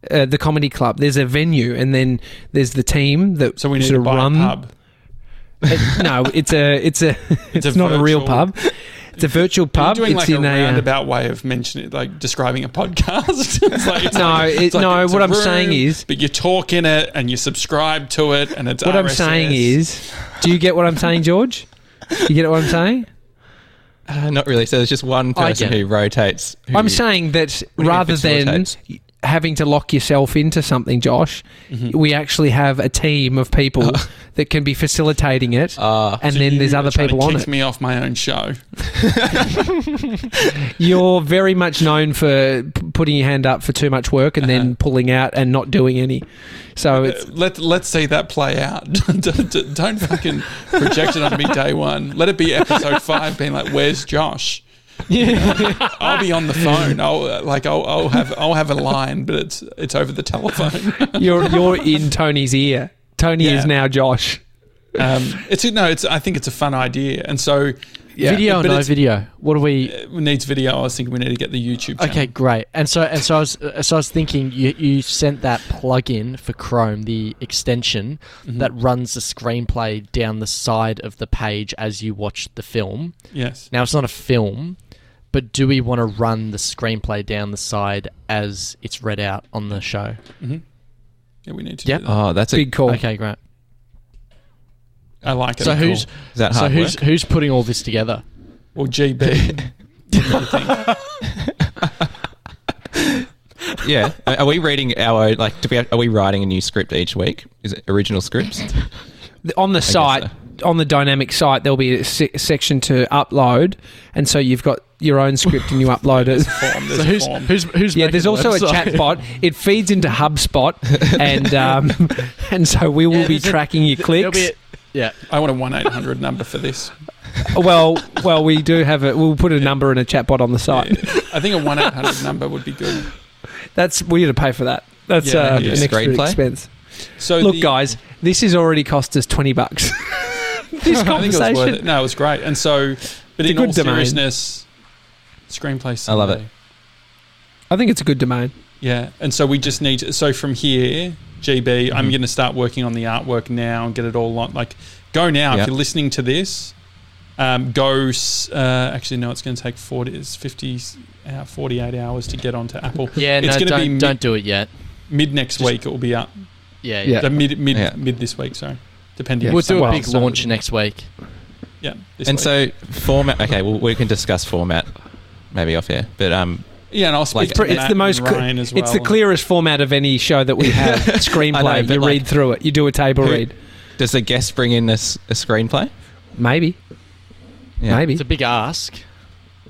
Speaker 2: uh, the comedy club. There's a venue, and then there's the team that
Speaker 1: so we need
Speaker 2: sort
Speaker 1: to
Speaker 2: of
Speaker 1: buy
Speaker 2: run.
Speaker 1: a pub.
Speaker 2: *laughs* It- no, it's a
Speaker 1: *laughs*
Speaker 2: it's a it's,
Speaker 1: a
Speaker 2: not a real
Speaker 1: virtual-
Speaker 2: pub. It's a virtual pub.
Speaker 1: You're doing
Speaker 2: it's
Speaker 1: like
Speaker 2: in
Speaker 1: a
Speaker 2: a, uh,
Speaker 1: roundabout way of mentioning, like describing a podcast. *laughs* it's like, it's
Speaker 2: No,
Speaker 1: like- it's
Speaker 2: it-
Speaker 1: like
Speaker 2: no,
Speaker 1: it's a
Speaker 2: what I'm saying is-
Speaker 1: but you talk in it and you subscribe to it, and it's
Speaker 2: what I'm
Speaker 1: RSS.
Speaker 2: saying is, do you get what I'm saying, George? You get what I'm saying?
Speaker 3: Uh, not really. So there's just one
Speaker 4: I
Speaker 3: person
Speaker 4: get it.
Speaker 3: who rotates. who-
Speaker 2: I'm saying that
Speaker 3: do you mean
Speaker 2: rather than
Speaker 3: facilitates?
Speaker 2: having to lock yourself into something, Josh, we actually have a team of people *laughs* that can be facilitating it,
Speaker 3: Ah.
Speaker 2: and
Speaker 1: So
Speaker 2: then there's
Speaker 1: you
Speaker 2: other
Speaker 1: are trying to
Speaker 2: people on
Speaker 1: kick
Speaker 2: it.
Speaker 1: me *laughs* off my own show.
Speaker 2: You're very much known for p- putting your hand up for too much work and then pulling out and not doing any. So
Speaker 1: Uh,
Speaker 2: it's
Speaker 1: Let let's see that play out. *laughs* don't, don't- don't fucking project it on me day one. Let it be episode five, being like, "Where's Josh?" I'll be on the phone. I'll uh, like I'll, I'll have I'll have a line, but it's it's over the telephone.
Speaker 2: you're you're in Tony's ear. Tony
Speaker 1: Yeah.
Speaker 2: is now Josh.
Speaker 1: Um, *laughs* it's no, it's I think it's a fun idea, and so yeah,
Speaker 4: video or
Speaker 1: but
Speaker 4: no
Speaker 1: it's-
Speaker 4: video? What do we?
Speaker 1: it needs video. I was thinking we need to get the YouTube. Channel.
Speaker 4: Okay, great. And so and so I was uh, so I was thinking you you sent that plug-in for Chrome, the extension that runs the screenplay down the side of the page as you watch the film.
Speaker 1: yes,
Speaker 4: Now it's not a film, but do we want to run the screenplay down the side as it's read out on the show?
Speaker 1: yeah, we need to.
Speaker 4: Yep.
Speaker 1: Do that.
Speaker 3: Oh, that's a.
Speaker 2: Big call.
Speaker 4: Okay, great.
Speaker 1: I like it.
Speaker 4: So who's
Speaker 3: Is that
Speaker 4: so
Speaker 3: hard
Speaker 4: who's
Speaker 3: work?
Speaker 4: who's putting all this together?
Speaker 1: or
Speaker 4: *laughs*
Speaker 1: GB?
Speaker 3: yeah. Are we reading our own, like? Do we? Have, are we writing a new script each week? Is it original scripts?
Speaker 2: Th- on the site on the dynamic site there'll be a se- section to upload and so you've got your own script and you upload it
Speaker 1: form. There's
Speaker 4: So
Speaker 1: a
Speaker 4: who's
Speaker 1: form.
Speaker 4: who's who's
Speaker 2: yeah
Speaker 4: making
Speaker 2: there's
Speaker 4: the
Speaker 2: also a
Speaker 4: website?
Speaker 2: chat bot it feeds into hubspot and um, *laughs* and so we will
Speaker 4: Yeah,
Speaker 2: be
Speaker 4: there's a-
Speaker 2: tracking your
Speaker 4: *laughs* There'll
Speaker 2: clicks
Speaker 4: be a- yeah.
Speaker 1: I want a one eight hundred number for
Speaker 4: *laughs*
Speaker 1: this.
Speaker 2: well well we do have it we'll put a number and a chat bot on the site
Speaker 1: I think a one eight
Speaker 4: *laughs*
Speaker 1: hundred number would be good.
Speaker 2: that's we need to pay for that that's
Speaker 1: Yeah,
Speaker 2: uh,
Speaker 1: yeah.
Speaker 2: an extra
Speaker 3: Screenplay?
Speaker 2: expense
Speaker 1: So
Speaker 2: look
Speaker 1: the-
Speaker 2: guys this has already cost us 20 bucks *laughs* this
Speaker 1: I think it was worth
Speaker 2: conversation
Speaker 1: it. No, it was great. And so, but
Speaker 2: a
Speaker 1: in
Speaker 2: good
Speaker 1: all
Speaker 2: domain.
Speaker 1: seriousness, screenplay.
Speaker 3: I love it.
Speaker 1: Sunday.
Speaker 2: i think it's a good domain
Speaker 1: Yeah, and so we just need. To, so from here, GB,
Speaker 2: Mm-hmm.
Speaker 1: I'm going to start working on the artwork now and get it all on. Like, go now
Speaker 3: Yeah.
Speaker 1: if you're listening to this. Um, go. s- Uh, actually, no, it's going to take forty. It's fifty. Uh, 48 hours to get onto Apple.
Speaker 4: Yeah,
Speaker 1: it's
Speaker 4: no,
Speaker 1: gonna
Speaker 4: don't,
Speaker 1: be mid,
Speaker 4: don't do it yet.
Speaker 1: mid next
Speaker 4: just-
Speaker 1: week. It will be up.
Speaker 4: Yeah,
Speaker 2: Yeah.
Speaker 4: yeah.
Speaker 1: So mid mid
Speaker 3: Yeah.
Speaker 1: mid this week. Sorry, depending.
Speaker 2: Yeah,
Speaker 1: on
Speaker 4: We'll do
Speaker 1: some-
Speaker 4: a
Speaker 2: well,
Speaker 4: big
Speaker 1: some-
Speaker 4: launch next week.
Speaker 1: Yeah, this
Speaker 3: and
Speaker 1: week.
Speaker 3: so format. Okay, well, we can discuss format maybe off air, but um,
Speaker 1: yeah, and I'll speak
Speaker 3: Like-
Speaker 1: to
Speaker 2: It's
Speaker 1: Matt
Speaker 2: the most.
Speaker 1: and
Speaker 2: cl-
Speaker 1: Ryan as
Speaker 2: It's the
Speaker 1: well.
Speaker 2: clearest format of any show that we have.
Speaker 3: I
Speaker 2: Screenplay.
Speaker 3: know, but
Speaker 2: you
Speaker 3: like-
Speaker 2: read through it. You do a table
Speaker 3: Who-
Speaker 2: read.
Speaker 3: does the guest bring in a, s- a screenplay?
Speaker 2: Maybe.
Speaker 3: Yeah.
Speaker 2: Maybe.
Speaker 4: It's a big ask.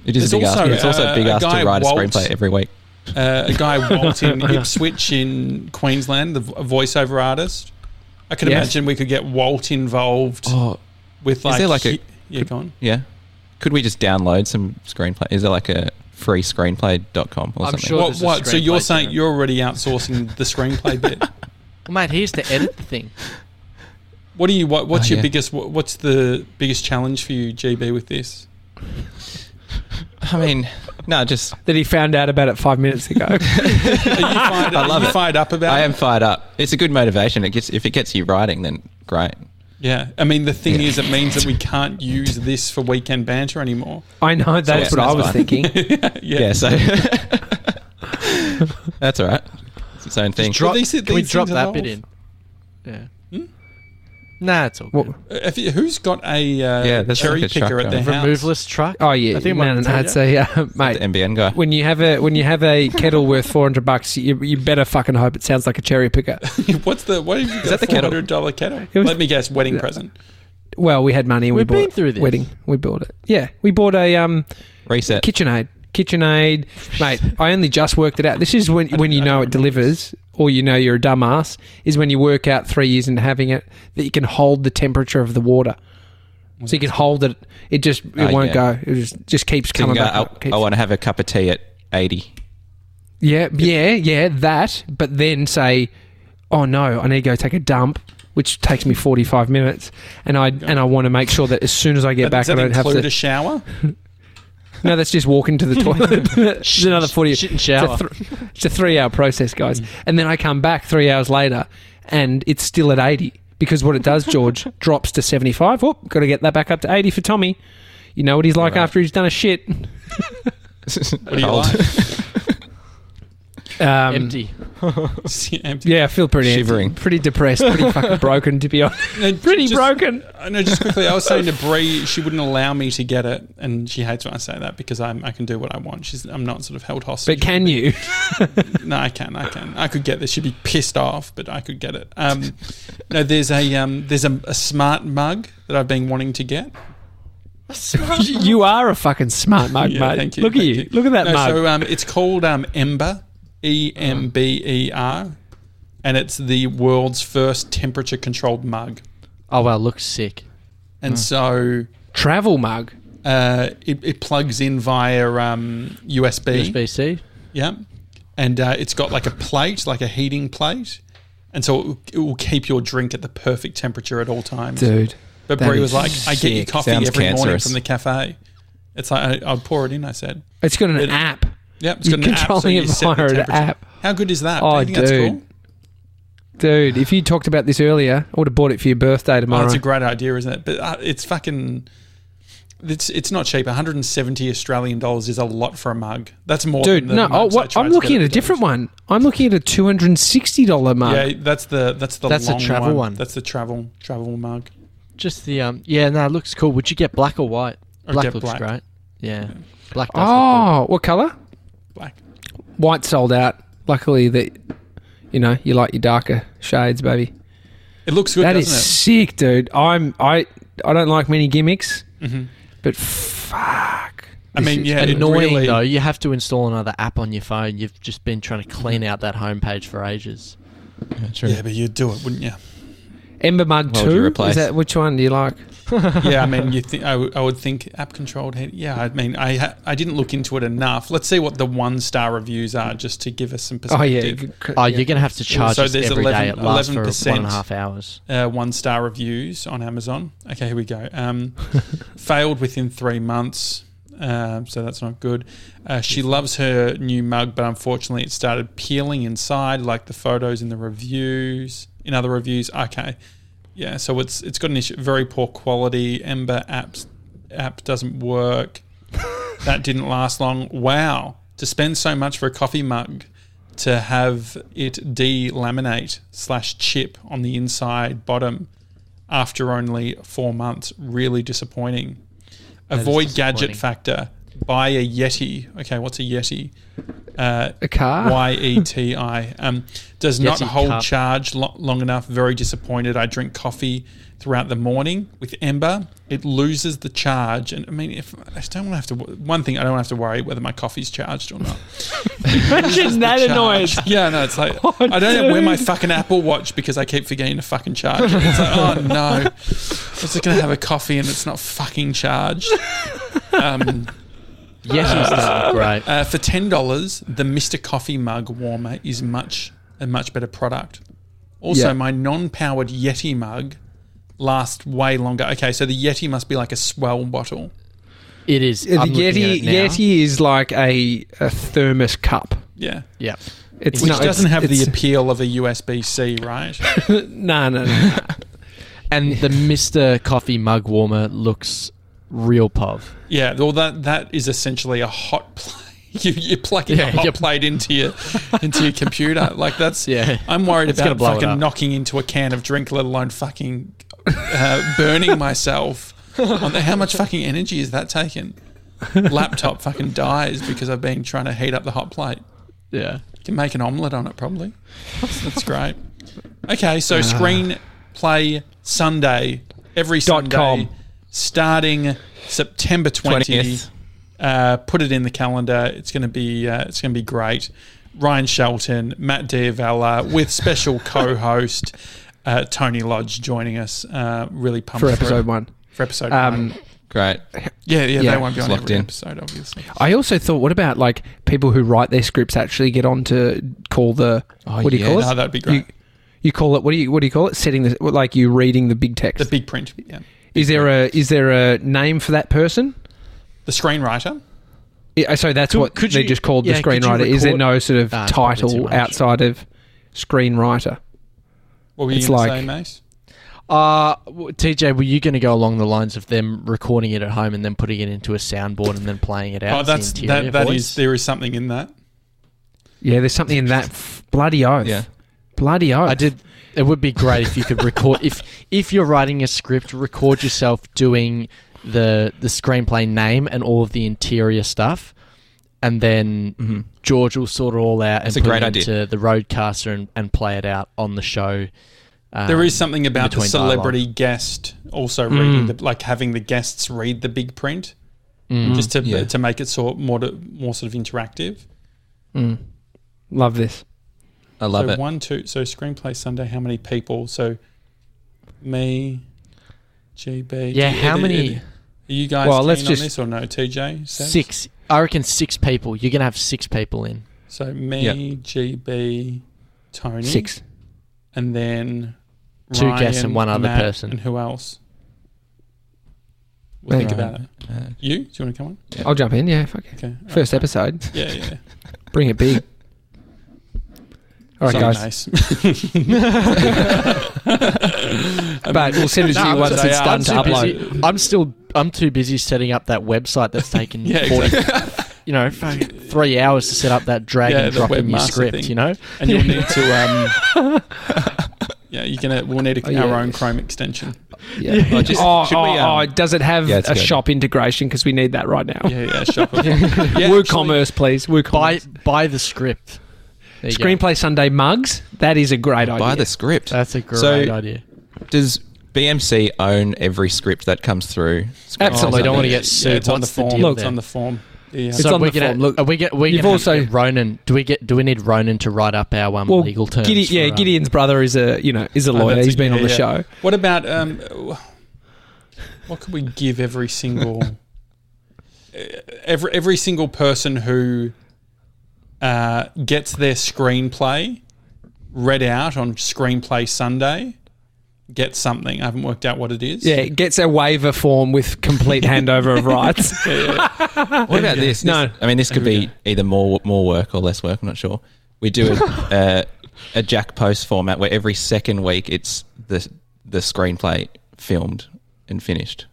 Speaker 3: It is
Speaker 1: There's
Speaker 3: a big
Speaker 1: also,
Speaker 3: ask. but It's also
Speaker 1: uh,
Speaker 3: a big
Speaker 1: a
Speaker 3: ask
Speaker 1: guy
Speaker 3: to write
Speaker 1: Walt-
Speaker 3: a screenplay every week.
Speaker 1: uh, a
Speaker 2: *laughs*
Speaker 1: guy walked in Ipswich in Queensland, the vo- voiceover artist. I can
Speaker 2: Yes.
Speaker 1: imagine we could get Walt involved
Speaker 3: Oh,
Speaker 1: with like,
Speaker 3: there like a-
Speaker 1: he- yeah, go on.
Speaker 3: yeah. Could we just download some screenplay? Is there like a free screenplay.com or
Speaker 4: I'm
Speaker 3: something?
Speaker 4: sure-
Speaker 1: What?
Speaker 4: there's a
Speaker 1: what? So you're
Speaker 4: screenplay
Speaker 1: saying
Speaker 4: to it.
Speaker 1: you're already outsourcing the screenplay bit?
Speaker 4: Well, mate, here's to edit
Speaker 2: *laughs*
Speaker 4: the thing.
Speaker 1: What do you? What, what's
Speaker 3: Oh,
Speaker 1: your
Speaker 3: yeah.
Speaker 1: biggest? What, what's the biggest challenge for you, GB, with this?
Speaker 3: I mean, no, just
Speaker 2: That he found out about it five minutes ago.
Speaker 1: Are you fired,
Speaker 3: I love
Speaker 1: are you
Speaker 3: it.
Speaker 1: fired up about
Speaker 3: I
Speaker 1: it?
Speaker 3: am fired up. It's a good motivation. It gets if it gets you writing, then great.
Speaker 1: Yeah. I mean, the thing is, it means that we can't use this for weekend banter anymore.
Speaker 2: I know. That's what
Speaker 3: yeah,
Speaker 2: I
Speaker 3: that's
Speaker 2: was
Speaker 3: fine.
Speaker 2: thinking.
Speaker 4: *laughs*
Speaker 3: Yeah, so *laughs* that's all right. It's its own thing.
Speaker 4: Drop,
Speaker 1: these-
Speaker 4: can we
Speaker 1: these
Speaker 4: drop
Speaker 1: things Hmm?
Speaker 4: that bit in?
Speaker 1: evolve.
Speaker 4: Yeah. Nah, it's all
Speaker 2: What-
Speaker 4: good.
Speaker 1: Uh, If you, who's got a uh,
Speaker 3: Yeah, that's
Speaker 1: cherry
Speaker 3: like a
Speaker 1: picker at their
Speaker 3: shotgun.
Speaker 1: house?
Speaker 4: Removeless truck.
Speaker 2: Oh yeah,
Speaker 4: I think I might
Speaker 2: man,
Speaker 4: have told
Speaker 2: I'd
Speaker 4: you.
Speaker 2: say yeah, mate.
Speaker 3: the NBN guy.
Speaker 2: When you have a when you have a kettle worth four hundred bucks, you, you better fucking hope it sounds like a cherry
Speaker 4: *laughs*
Speaker 2: picker.
Speaker 1: *laughs* What's the what? Have you is
Speaker 3: that the kettle?
Speaker 1: hundred dollar kettle?
Speaker 2: It was-
Speaker 1: Let me guess. Wedding
Speaker 2: Yeah.
Speaker 1: present.
Speaker 2: Well, we had money. and We
Speaker 4: We've
Speaker 2: bought
Speaker 4: been through this.
Speaker 2: wedding. We bought it. Yeah, we bought a um
Speaker 3: Reset.
Speaker 2: KitchenAid. KitchenAid, mate. I only just worked it out. This is when when you know it delivers, or you know you're a dumbass. Is when you work out three years into having it that you can hold the temperature of the water. So you can hold it. It just it
Speaker 3: Oh,
Speaker 2: won't
Speaker 3: yeah.
Speaker 2: go. It just just keeps
Speaker 3: So you
Speaker 2: coming
Speaker 3: can
Speaker 2: back.
Speaker 3: go, "Oh,
Speaker 2: up,
Speaker 3: I,
Speaker 2: keeps-
Speaker 3: want to have a cup of tea at eighty.
Speaker 2: Yeah, yeah, yeah, that. But then say, oh no, I need to go take a dump, which takes me forty five minutes, and I and I want to make sure that as soon as I
Speaker 1: Does
Speaker 2: get back, I
Speaker 1: that
Speaker 2: don't have
Speaker 1: include a
Speaker 2: to.
Speaker 1: shower?
Speaker 2: no, that's just walking to the toilet. *laughs* it's another forty.
Speaker 4: Shit and shower.
Speaker 2: It's a, thr it's a three hour process, guys, and then I come back three hours later, and it's still at eighty because what it does, George, drops to seventy five. Whoop, got to get that back up to eighty for Tommy. You know what he's like
Speaker 3: Right.
Speaker 2: after he's done a shit.
Speaker 1: What do you
Speaker 3: Cold.
Speaker 1: like?
Speaker 3: *laughs*
Speaker 1: *laughs*
Speaker 2: Um,
Speaker 4: Empty.
Speaker 1: It's empty.
Speaker 2: Yeah, I feel pretty empty,
Speaker 3: Shivering.
Speaker 2: pretty depressed, pretty fucking broken to be honest.
Speaker 1: No,
Speaker 2: Pretty
Speaker 1: just-
Speaker 2: broken.
Speaker 1: I know. Uh, Just quickly, I was
Speaker 2: *laughs*
Speaker 1: saying to Bree, she wouldn't allow me to get it, and she hates when I say that because I'm, I can do what I want. She's I'm not sort of held hostage.
Speaker 2: But can you?
Speaker 1: no, I can, I can, I could get this. She'd be pissed off, but I could get it. Um, no, there's a um, there's a, a smart mug that I've been wanting to get.
Speaker 2: *laughs* you are a fucking smart mug,
Speaker 1: Yeah,
Speaker 2: mate.
Speaker 1: thank you,
Speaker 2: Look at
Speaker 1: thank
Speaker 2: you.
Speaker 1: you.
Speaker 2: Look at that
Speaker 1: No,
Speaker 2: mug.
Speaker 1: so um, it's called um, Ember, E M B E R, and it's the world's first temperature controlled mug.
Speaker 4: Oh wow, looks sick.
Speaker 2: Hmm.
Speaker 1: And so
Speaker 2: Travel mug.
Speaker 1: uh, it, it plugs in via um, USB.
Speaker 4: USB C.
Speaker 1: Yeah. And uh, it's got like a plate, like a heating plate. And so it, will- it will keep your drink at the perfect temperature at all times.
Speaker 2: Dude.
Speaker 1: but
Speaker 2: that
Speaker 1: Brie
Speaker 2: is
Speaker 1: was like, I get you
Speaker 3: sick.
Speaker 1: coffee
Speaker 3: Sounds
Speaker 1: every morning
Speaker 3: cancerous.
Speaker 1: from the cafe. It's like, I, I'll pour it in, I said.
Speaker 2: It's got an
Speaker 1: It-
Speaker 2: app.
Speaker 1: Yep, it's
Speaker 2: You're
Speaker 1: got an app, so
Speaker 2: controlling
Speaker 1: you
Speaker 2: it
Speaker 1: set the
Speaker 2: via an
Speaker 1: temperature.
Speaker 2: app.
Speaker 1: How good is that?
Speaker 2: Oh,
Speaker 1: Do you think that's cool?
Speaker 2: dude. Dude, if you talked about this earlier, I would have bought it for your birthday
Speaker 1: Oh,
Speaker 2: tomorrow.
Speaker 1: that's a great idea, isn't it? But uh, it's fucking. It's it's not cheap. 170 Australian dollars is a lot for a mug. That's more.
Speaker 2: Dude,
Speaker 1: than the
Speaker 2: no, oh,
Speaker 1: mugs I
Speaker 2: what?
Speaker 1: tried
Speaker 2: I'm
Speaker 1: to
Speaker 2: looking
Speaker 1: get
Speaker 2: at a
Speaker 1: the
Speaker 2: different
Speaker 1: Dom's.
Speaker 2: one. I'm looking at a $260 mug.
Speaker 1: Yeah, that's the that's the
Speaker 4: That's the
Speaker 1: long
Speaker 4: travel one.
Speaker 1: That's the travel travel mug.
Speaker 4: Just the um. Yeah, no, it looks cool. Would you get black or white?
Speaker 1: I'd
Speaker 4: Black
Speaker 1: get
Speaker 4: looks
Speaker 1: black.
Speaker 4: great. Yeah, black. Does look
Speaker 2: oh, what color?
Speaker 1: Black.
Speaker 2: White sold out. Luckily that you know, you like your darker shades, baby.
Speaker 1: It looks good,
Speaker 2: That is
Speaker 1: doesn't
Speaker 2: sick, dude. I'm I I don't like many gimmicks,
Speaker 1: it? Mhm.
Speaker 2: but fuck.
Speaker 1: I
Speaker 2: This
Speaker 1: mean,
Speaker 2: is-
Speaker 1: yeah,
Speaker 4: good.
Speaker 1: it
Speaker 4: Annoying
Speaker 1: really,
Speaker 4: though. You have to install another app on your phone. You've just been trying to clean out that homepage for ages.
Speaker 3: Yeah, true.
Speaker 1: Yeah, but you'd do it, *laughs* wouldn't you?
Speaker 2: Ember Mug
Speaker 3: What would you
Speaker 2: Two.
Speaker 3: replace?
Speaker 2: Is that which one do you like?
Speaker 1: yeah, I mean, you think I, w- I would think app controlled. head- Yeah, I mean, I ha- I didn't look into it enough. Let's see what the one star reviews are, just to give us some
Speaker 2: Oh
Speaker 1: perspective.
Speaker 2: yeah. c-
Speaker 4: Oh,
Speaker 2: yeah.
Speaker 4: you're gonna have to charge
Speaker 1: So
Speaker 4: us every
Speaker 1: there's 11
Speaker 4: day. It lasts for
Speaker 1: 11%.
Speaker 4: one and a half hours.
Speaker 1: uh, one star reviews on Amazon. Okay, here we go. *laughs* Um, failed within three months, um, so that's not good. Uh, she loves her new mug, but unfortunately, it started peeling inside, like the photos in the reviews. In other reviews, okay, yeah. So it's it's got an issue. Very poor quality. Ember apps app doesn't
Speaker 4: *laughs*
Speaker 1: work. that didn't last long. Wow, to spend so much for a coffee mug to have it delaminate slash chip on the inside bottom after only four months. Really disappointing.
Speaker 4: is
Speaker 1: Avoid
Speaker 4: disappointing.
Speaker 1: gadget factor. Buy a Yeti. Okay, what's a Yeti? Uh,
Speaker 2: A car.
Speaker 4: *laughs*
Speaker 1: Y E T I. Um, does not
Speaker 4: Yeti
Speaker 1: hold
Speaker 4: cup.
Speaker 1: charge lo- long enough. Very disappointed. I drink coffee throughout the morning with Ember. It loses the charge, and I mean, if I just don't want to have to. One thing I don't have to worry whether my coffee's charged or not.
Speaker 2: Imagine *laughs* that
Speaker 1: Charged. *laughs* Yeah, no, it's like
Speaker 2: *laughs* Oh,
Speaker 1: I don't know where my
Speaker 2: dude.
Speaker 1: fucking Apple Watch because I keep forgetting to fucking charge. It.
Speaker 2: *laughs*
Speaker 1: It's like, oh no, I was just gonna have a coffee and it's not fucking charged. Um,
Speaker 4: Yeti's done great.
Speaker 1: uh, for ten dollars, the Mister Coffee mug warmer is much a much better product. Also,
Speaker 2: Yeah.
Speaker 1: my non-powered Yeti mug lasts way longer. Okay, so the Yeti must be like a swell bottle.
Speaker 4: It is.
Speaker 2: The
Speaker 4: I'm looking at
Speaker 2: Yeti
Speaker 4: it now.
Speaker 2: Yeti is like a, a thermos cup.
Speaker 1: Yeah,
Speaker 4: Yeah.
Speaker 2: It's
Speaker 1: which
Speaker 2: not-
Speaker 1: doesn't
Speaker 2: it's-
Speaker 1: have the
Speaker 2: it's-
Speaker 1: appeal of a USB C, right? *laughs*
Speaker 2: no no no.
Speaker 4: And *laughs* the Mister Coffee mug warmer looks real pov.
Speaker 1: Yeah, well, that that is essentially a hot *laughs* plate. You, you're plugging
Speaker 4: Yeah,
Speaker 1: a hot
Speaker 4: you're-
Speaker 1: plate into your into your
Speaker 4: *laughs*
Speaker 1: computer. Like that's.
Speaker 4: Yeah.
Speaker 1: I'm worried
Speaker 4: It's gonna
Speaker 1: about
Speaker 4: blow it
Speaker 1: fucking
Speaker 4: up.
Speaker 1: knocking into a can of drink, let alone fucking uh,
Speaker 4: *laughs*
Speaker 1: burning myself. On the, how much fucking energy is that taking? Laptop fucking dies because I've been trying to heat up the hot plate.
Speaker 4: Yeah.
Speaker 1: Can make an omelette on it
Speaker 4: *laughs*
Speaker 1: probably. That's great. Okay,
Speaker 4: Ah.
Speaker 1: so screenplay Sunday every Sunday
Speaker 2: com.
Speaker 1: starting September 20th.
Speaker 3: 20th.
Speaker 1: Uh, put it in the calendar. It's going to be uh, it's going to be great. Ryan Shelton, Matt Diavella with
Speaker 4: *laughs*
Speaker 1: special co-host uh, Tony Lodge joining us. Uh, really pumped
Speaker 2: for episode one.
Speaker 1: For episode
Speaker 2: Um,
Speaker 1: one.
Speaker 3: Great.
Speaker 1: Yeah, yeah,
Speaker 2: yeah,
Speaker 1: they won't be
Speaker 3: it's
Speaker 1: on
Speaker 3: locked
Speaker 1: every
Speaker 3: in.
Speaker 1: episode, obviously.
Speaker 2: I also thought, what about like people who write their scripts actually get on to call the
Speaker 3: Oh,
Speaker 2: what do you call
Speaker 3: yeah.
Speaker 1: No,
Speaker 2: it?
Speaker 1: that'd be great.
Speaker 2: You call it what do you what do you call it? Setting the like you reading the big text.
Speaker 1: the big print. Yeah.
Speaker 2: is there a is there a name for that person?
Speaker 1: The screenwriter.
Speaker 2: Yeah, so that's
Speaker 4: Could-
Speaker 2: what
Speaker 4: could
Speaker 2: they
Speaker 4: you-
Speaker 2: just called
Speaker 4: yeah,
Speaker 2: the
Speaker 4: could you
Speaker 2: screenwriter. Is there
Speaker 4: record-
Speaker 2: no sort of
Speaker 4: Ah, it's probably too
Speaker 2: title
Speaker 4: much.
Speaker 2: outside of screenwriter?
Speaker 1: What were you
Speaker 2: It's
Speaker 1: going
Speaker 2: like-
Speaker 1: to say, Mace?
Speaker 4: Uh, w- TJ, were you going to go along the lines of them recording it at home and then putting it into a soundboard and then playing it out?
Speaker 1: Oh,
Speaker 4: as the
Speaker 1: that's
Speaker 4: interior
Speaker 1: that. That is.
Speaker 4: voice?
Speaker 1: There is something in that.
Speaker 2: Yeah, there's something in that f- bloody oath.
Speaker 3: Yeah.
Speaker 2: Bloody oath.
Speaker 4: I did. It would be great if you could record if if you're writing a script, record yourself doing the the screenplay name and all of the interior stuff, and then
Speaker 1: Mm-hmm.
Speaker 4: George will sort it all out
Speaker 3: That's a
Speaker 4: and put
Speaker 3: great
Speaker 4: it
Speaker 3: idea.
Speaker 4: into the roadcaster and, and play it out on the show. Um,
Speaker 1: There is something about the
Speaker 4: between dialogue. Mm.
Speaker 1: celebrity guest also reading the like having the guests read the big print,
Speaker 4: Um, Hmm.
Speaker 1: just to uh,
Speaker 3: Yeah.
Speaker 1: to make it sort more to, more sort of interactive.
Speaker 2: love this.
Speaker 3: I love
Speaker 1: so
Speaker 3: it.
Speaker 1: one two so screenplay Sunday. How many people? So me, GB.
Speaker 4: Yeah, how
Speaker 1: are-
Speaker 4: many-
Speaker 1: Are you guys
Speaker 2: Well,
Speaker 1: keen
Speaker 2: let's
Speaker 1: on
Speaker 2: just-
Speaker 1: this or no? TJ Seb?
Speaker 4: six. I reckon six people. You're gonna have six people in.
Speaker 1: So me,
Speaker 3: Yeah.
Speaker 1: GB, Tony,
Speaker 2: Six.
Speaker 1: and then
Speaker 4: Two guests and one other
Speaker 1: Matt,
Speaker 4: person.
Speaker 1: And who else? We'll think
Speaker 2: Right.
Speaker 1: about it.
Speaker 3: Uh,
Speaker 1: You? Do you want to come on?
Speaker 2: I'll jump in. Yeah, fuck it.
Speaker 1: Okay. all
Speaker 2: First episode.
Speaker 1: right. Yeah, yeah.
Speaker 2: Bring it big. All right,
Speaker 1: Something
Speaker 2: guys.
Speaker 1: nice.
Speaker 2: But we'll send it to
Speaker 4: *laughs*
Speaker 1: No,
Speaker 2: you once
Speaker 1: they
Speaker 2: it's
Speaker 1: are.
Speaker 2: done to
Speaker 1: I'm too
Speaker 2: upload.
Speaker 1: busy.
Speaker 4: I'm still. I'm too busy setting up that
Speaker 1: *laughs*
Speaker 4: website that's taken
Speaker 1: Yeah,
Speaker 4: 40,
Speaker 1: exactly.
Speaker 4: you know, fucking three hours to set up that drag
Speaker 1: Yeah,
Speaker 4: and
Speaker 1: the
Speaker 4: drop in your
Speaker 1: webmaster
Speaker 4: script.
Speaker 1: thing.
Speaker 4: You know,
Speaker 1: And you'll need to. Um, *laughs* yeah, you're gonna. We'll need a,
Speaker 2: Oh, yeah.
Speaker 1: our own Chrome extension.
Speaker 4: uh,
Speaker 2: Yeah.
Speaker 3: Oh, just-
Speaker 2: oh,
Speaker 3: should we,
Speaker 2: oh,
Speaker 3: um,
Speaker 2: oh, does it have
Speaker 3: Yeah, it's
Speaker 2: a
Speaker 3: good.
Speaker 2: shop integration? Because we need that right now. *laughs*
Speaker 1: Yeah, yeah. Shopify. Yeah, actually,
Speaker 2: WooCommerce, please.
Speaker 4: buy
Speaker 2: WooCommerce.
Speaker 4: buy the script. There you go.
Speaker 2: Screenplay Sunday mugs. That is a great idea.
Speaker 3: Buy the script.
Speaker 4: That's a great
Speaker 3: So-
Speaker 4: idea.
Speaker 3: Does BMC own every script that comes through?
Speaker 2: Absolutely.
Speaker 4: Oh, I don't want to
Speaker 1: yeah,
Speaker 4: get sued.
Speaker 1: it's on the
Speaker 4: What's the
Speaker 1: form.
Speaker 4: deal
Speaker 1: it's
Speaker 4: there?
Speaker 1: on the form. Yeah.
Speaker 2: It's
Speaker 4: so
Speaker 2: on
Speaker 4: we're
Speaker 2: the
Speaker 4: gonna,
Speaker 2: form. Look,
Speaker 4: are we get, we're
Speaker 2: you've
Speaker 4: gonna have
Speaker 2: also-
Speaker 4: to get Ronan. Do we get? Do we need Ronan to write up our um,
Speaker 2: well,
Speaker 4: legal terms?
Speaker 2: Gide-
Speaker 4: for,
Speaker 2: yeah,
Speaker 4: um,
Speaker 2: Gideon's brother is a you know is a
Speaker 1: Oh,
Speaker 2: lawyer.
Speaker 1: that's
Speaker 2: He's
Speaker 1: a-
Speaker 2: been on
Speaker 1: yeah,
Speaker 2: the
Speaker 1: yeah.
Speaker 2: show.
Speaker 1: What about um, what could we give every single every every single person who uh, gets their screenplay read out on Screenplay Sunday gets something. I haven't worked out what it is.
Speaker 2: Yeah, gets a waiver form
Speaker 1: *laughs*
Speaker 2: with complete handover of rights. *laughs*
Speaker 3: What about this?
Speaker 2: No.
Speaker 3: This- I mean, this could
Speaker 1: Here we
Speaker 3: be either more more work or less work. I'm not sure. We do a,
Speaker 2: *laughs*
Speaker 3: a, a Jack Post format where every second week it's the the screenplay filmed and finished.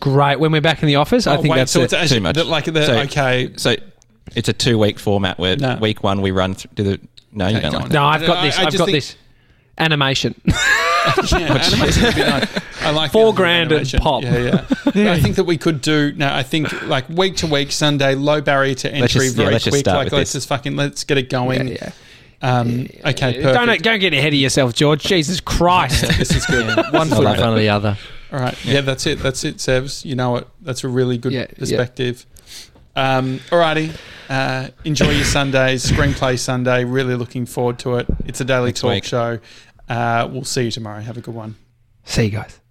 Speaker 2: Great. When we're back in the office, I
Speaker 1: Oh,
Speaker 2: think
Speaker 1: wait,
Speaker 2: that's
Speaker 1: so
Speaker 2: it.
Speaker 1: it's actually
Speaker 3: Too much.
Speaker 1: the- like the
Speaker 3: So-
Speaker 1: okay.
Speaker 3: So it's a two week format where
Speaker 1: No.
Speaker 3: week one we run through do the. No, you
Speaker 1: Okay,
Speaker 3: don't
Speaker 1: go
Speaker 3: like
Speaker 1: on.
Speaker 3: that.
Speaker 2: no, I've got this.
Speaker 1: I- I
Speaker 2: I, have
Speaker 1: just
Speaker 2: got
Speaker 1: think-
Speaker 2: this. Animation.
Speaker 1: *laughs* Yeah, animation would be nice. I like the
Speaker 2: Four
Speaker 1: idea of
Speaker 2: grand and
Speaker 1: animation.
Speaker 2: pop.
Speaker 1: Yeah, yeah. But I think that we could do. No, I think like week to week Sunday, low barrier to entry,
Speaker 3: just- yeah,
Speaker 1: very
Speaker 3: let's just
Speaker 1: quick.
Speaker 3: start
Speaker 1: Like
Speaker 3: with
Speaker 1: let's
Speaker 3: this.
Speaker 1: just fucking let's get it going.
Speaker 2: *laughs* Yeah,
Speaker 1: Um, okay, perfect.
Speaker 2: don't don't get ahead of yourself, George. Jesus Christ.
Speaker 1: *laughs* this is good.
Speaker 4: one foot in
Speaker 3: love it.
Speaker 4: front of the other.
Speaker 1: All right. Yeah. that's it. That's it, Sevs. You know it. That's a really good
Speaker 2: Yeah, yeah.
Speaker 1: perspective. Um, all righty. Uh, enjoy your Sundays. Screenplay Sunday. Really looking forward to it. It's a daily
Speaker 3: Next
Speaker 1: talk
Speaker 3: week.
Speaker 1: show. Uh, we'll see you tomorrow. Have a good one.
Speaker 2: See you guys.